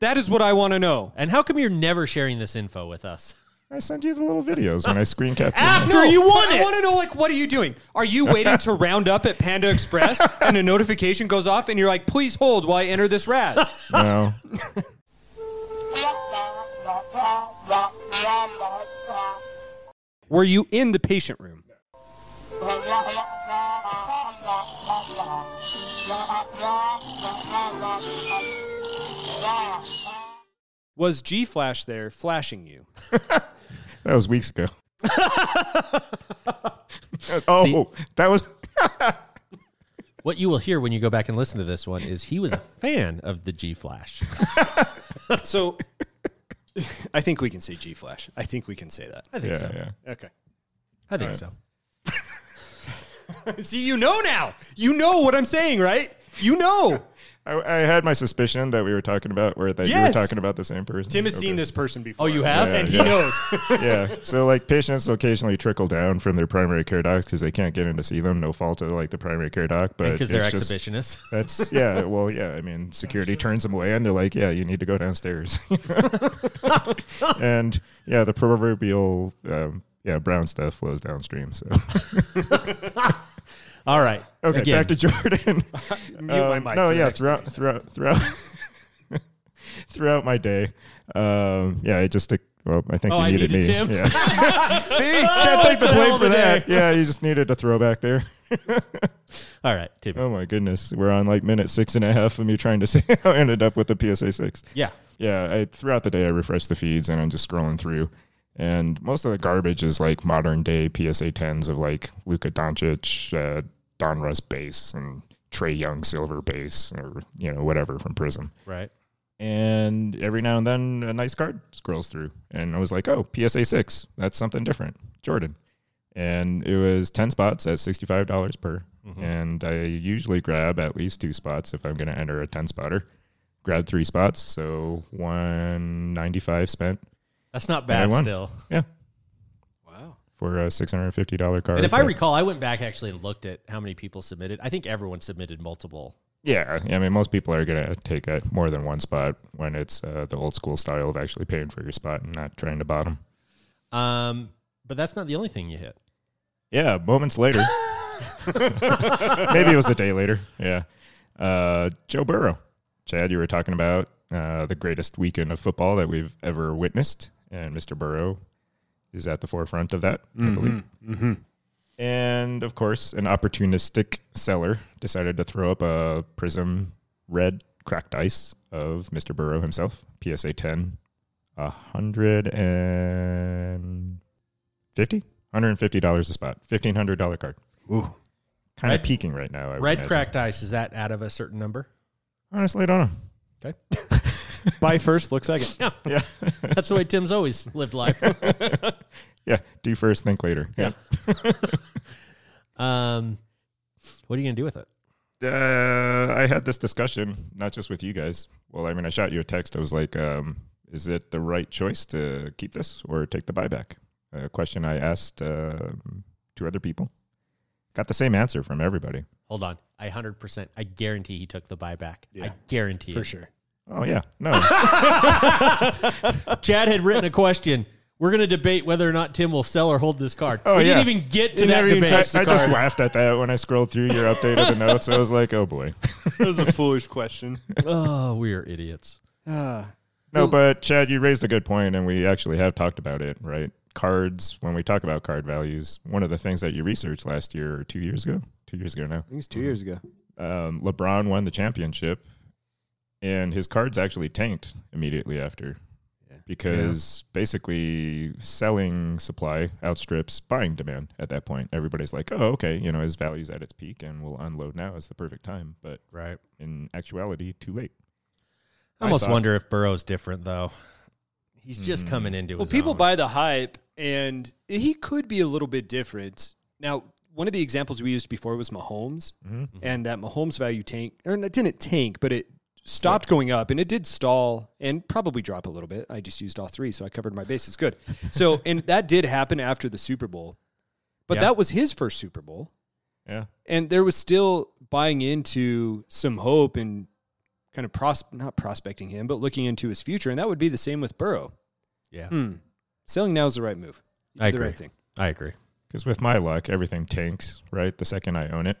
B: That is what I want to know.
A: And how come you're never sharing this info with us?
E: I send you the little videos when I screen capture.
A: After
B: No,
A: you
B: but
A: won
B: I
A: it.
B: want to know, like, what are you doing? Are you waiting to round up at Panda Express and a notification goes off and you're like, please hold while I enter this Raz? Ah!
E: No.
B: Were you in the patient room?
D: oh-
B: Was G Flash there flashing you?
E: That was weeks ago. oh, that was
A: What you will hear when you go back and listen to this one is he was a fan of the G Flash.
B: So I think we can say G Flash. I think we can say that.
A: I think
E: yeah,
A: so.
E: yeah.
B: Okay.
A: I think
E: All right.
A: so.
B: See, you know now. You know what I'm saying, right? You know.
E: I, I had my suspicion that we were talking about where that you were
B: Yes!
E: talking about the same person.
B: Tim has
E: Okay.
B: seen this person before.
A: Oh, you have?
B: and he
E: Yeah.
B: knows.
E: yeah. So like patients occasionally trickle down from their primary care docs because they can't get in to see them. No fault of like the primary care doc, but
A: Because they're
E: it's just-
A: exhibitionists.
E: That's yeah. Well, yeah. I mean, security turns them away, and they're like, "Yeah, you need to go downstairs." and yeah, the proverbial um, yeah brown stuff flows downstream. So
A: All right.
E: okay,
A: Again,
E: back to Jordan.
B: Mute my
E: Um,
B: mic
E: No,
B: for the
E: yeah,
B: next
E: throughout throughout throughout throughout my day, um, yeah, I just well, I think
A: Oh,
E: you
A: I
E: needed,
A: needed
E: me.
A: Tim?
E: Yeah. See,
B: Oh,
E: can't take the
A: a hell
E: blame
A: of
E: for
A: a
E: that. Yeah, you just needed a throwback there.
A: all right, Tim.
E: Oh my goodness, we're on like minute six and a half of me trying to say how I ended up with the PSA six.
A: Yeah.
E: Yeah, I, throughout the day, I refresh the feeds and I'm just scrolling through. And most of the garbage is like modern day PSA 10s of like Luka Doncic, uh, Don Russ bass, and Trey Young silver bass, or, you know, whatever from Prism.
A: Right.
E: And every now and then a nice card scrolls through. And I was like, oh, PSA 6, that's something different. Jordan. And it was 10 spots at $65 per.
A: Mm-hmm.
E: And I usually grab at least two spots if I'm going to enter a 10 spotter. Grab three spots, so 195 spent.
A: That's not
E: I
A: bad
E: won.
A: still.
E: Yeah,
B: Wow.
E: for a $650 card.
A: And if I
E: But-
A: recall, I went back actually and looked at how many people submitted. I think everyone submitted multiple.
E: Yeah, I mean, most people are going to take a, more than one spot when it's uh, the old school style of actually paying for your spot and not trying to bottom.
A: Um, but that's not the only thing you hit.
E: Yeah, moments later. Maybe it was a day later. Yeah. Uh, Joe Burrow. Chad, you were talking about uh, the greatest weekend of football that we've ever witnessed, and Mr. Burrow is at the forefront of that,
A: Mm-hmm.
E: I believe. And of course, an opportunistic seller decided to throw up a prism red cracked ice of Mr. Burrow himself, PSA 10, 150 $150 a spot, $1,500 card.
B: Ooh.
E: Kind
A: Red-
E: of peaking right now. I would
A: Red
E: imagine.
A: cracked ice, is that out of a certain number?
E: Honestly, I don't know.
A: Okay.
B: Buy first, look second.
E: Yeah.
A: That's the way Tim's always lived life.
E: yeah. Do first, think later. Yeah.
A: Um, what are you going to do with it?
E: Uh, I had this discussion, not just with you guys. Well, I mean, I shot you a text. I was like, um, is it the right choice to keep this or take the buyback? A question I asked um two other people. Got the same answer from everybody.
A: Hold on. I 100%, I guarantee he took the buyback. I guarantee it.
B: sure.
E: Oh, yeah. No.
A: Chad had written a question. We're going to debate whether or not Tim will sell or hold this card.
E: Oh,
A: we
E: yeah.
A: didn't even get to
E: Didn't
A: that
E: ever even
A: debate.
E: touch- I just laughed at that when I scrolled through your update of the notes. I was like, oh, boy.
B: That was a foolish question.
A: oh, we are idiots.
E: No, but Chad, you raised a good point, and we actually have talked about it, right? Cards, when we talk about card values, one of the things that you researched last year or two years ago, two years ago now,
B: it was two years ago.
E: um, LeBron won the championship, and his cards actually tanked immediately after because basically selling supply outstrips buying demand at that point. Everybody's like, oh, okay, you know, his value's at its peak, and we'll unload now is the perfect time. But
A: Right.
E: in actuality, too late.
A: I almost
E: thought- Hmm.
A: wonder if Burrow's different, though. He's just coming into
B: Well,
A: his
B: people
A: own.
B: buy the hype, and he could be a little bit different. Now, one of the examples we used before was Mahomes, and that Mahomes value tank, or it didn't tank, but it stopped going up, and it did stall and probably drop a little bit. I just used all three, so I covered my bases. Good. So, and that did happen after the Super Bowl, but
A: Yeah.
B: that was his first Super Bowl.
E: Yeah.
B: and there was still buying into some hope and kind of pros- not prospecting him, but looking into his future. And that would be the same with Burrow.
A: Yeah.
B: Hmm. Selling now is the right move.
A: I
B: the
A: agree.
B: right thing.
A: I agree.
E: Because with my luck, everything tanks, right? The second I own it.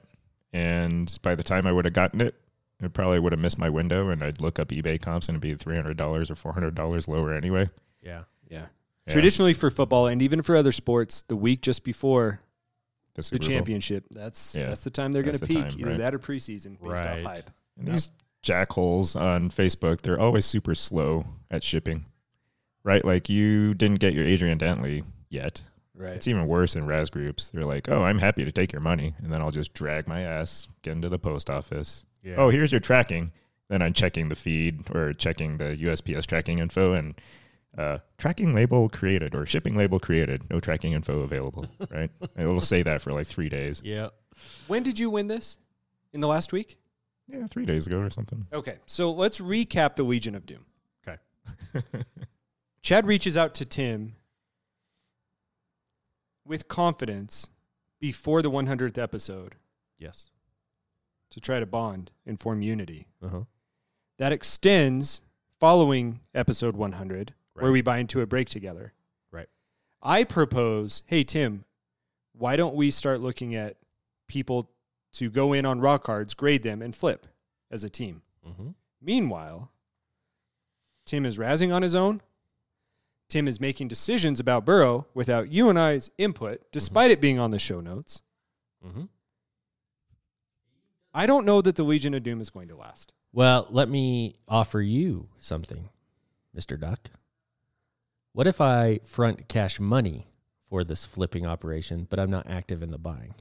E: And by the time I would have gotten it, it probably would have missed my window. And I'd look up eBay comps and it'd be $300 or $400 lower anyway.
A: Yeah.
B: Yeah.
E: Yeah.
B: Traditionally for football and even for other sports, the week just before
E: Super
B: the
E: Bowl.
B: championship, that's
E: Yeah.
B: that's the time they're going
E: That's
B: to
E: the
B: peak,
E: time,
B: either
E: right.
B: that or preseason based
A: Right.
B: off hype.
E: And these jackholes on Facebook, they're always super slow at shipping, right? Like you didn't get your Adrian Dantley yet,
B: Right.
E: It's even worse in res groups. They're like, "Oh, I'm happy to take your money," and then I'll just drag my ass get into the post office.
C: Yeah.
E: Oh, here's your tracking. Then I'm checking the feed or checking the USPS tracking info and uh, tracking label created or shipping label created. No tracking info available. Right? And it'll say that for like three days.
A: Yeah.
E: e-
B: When did you win this? In the last week?
E: Yeah, three days ago or something.
B: Okay, so let's recap the Legion of Doom.
C: Okay.
B: Chad reaches out to Tim with confidence before the 100th episode
A: Yes.
B: to try to bond and form unity.
A: Uh huh.
B: That extends following episode 100, where
A: Right.
B: we bind to a break together.
A: Right.
B: I propose, hey, Tim, why don't we start looking at people to go in on raw cards, grade them, and flip as a team?
A: Mm-hmm.
B: Meanwhile, Tim is razzing on his own. Tim is making decisions about Burrow without you and I's input, despite it being on the show notes.
A: Mm-hmm.
B: I don't know that the Legion of Doom is going to last.
A: Well, let me offer you something, Mr. Duck. What if I front cash money for this flipping operation, but I'm not active in the buying?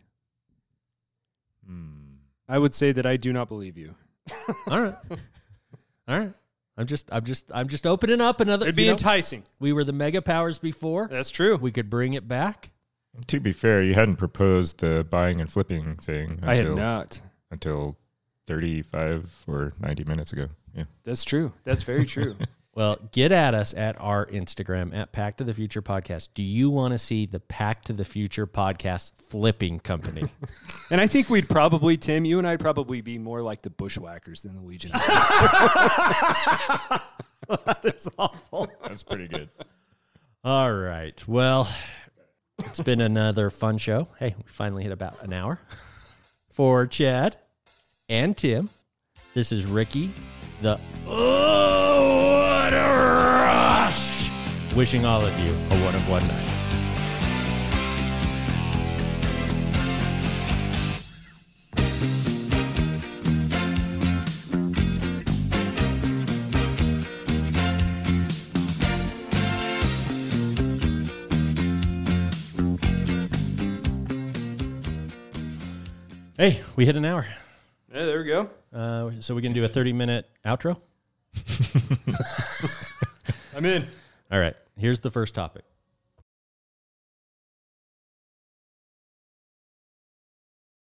E: Hmm.
B: I would say that I do not believe you.
A: All right. All right. I'm just I'm just I'm just opening up another
B: It'd be
A: you know,
B: enticing.
A: We were the mega powers before.
B: That's true.
A: We could bring it back.
E: To be fair, you hadn't proposed the buying and flipping thing. Until,
B: I had not.
E: until thirty-five or ninety minutes ago. Yeah.
B: That's true. That's very true.
A: Well, get at us at our Instagram at Pack to the Future Podcast. Do you want to see the Pack to the Future Podcast flipping company?
B: and I think we'd probably, Tim, you and I'd probably be more like the Bushwhackers than the Legion of Doom.
E: That's pretty good.
A: All right. Well, it's been another fun show. Hey, we finally hit about an hour. For Chad and Tim, this is Ricky, the Oh, what a rush! Wishing all of you a one of one night. Hey, we hit an hour.
B: Yeah, there we go.
A: Uh, so we can do a 30 minute outro?
B: I'm in.
A: All right. Here's the first topic.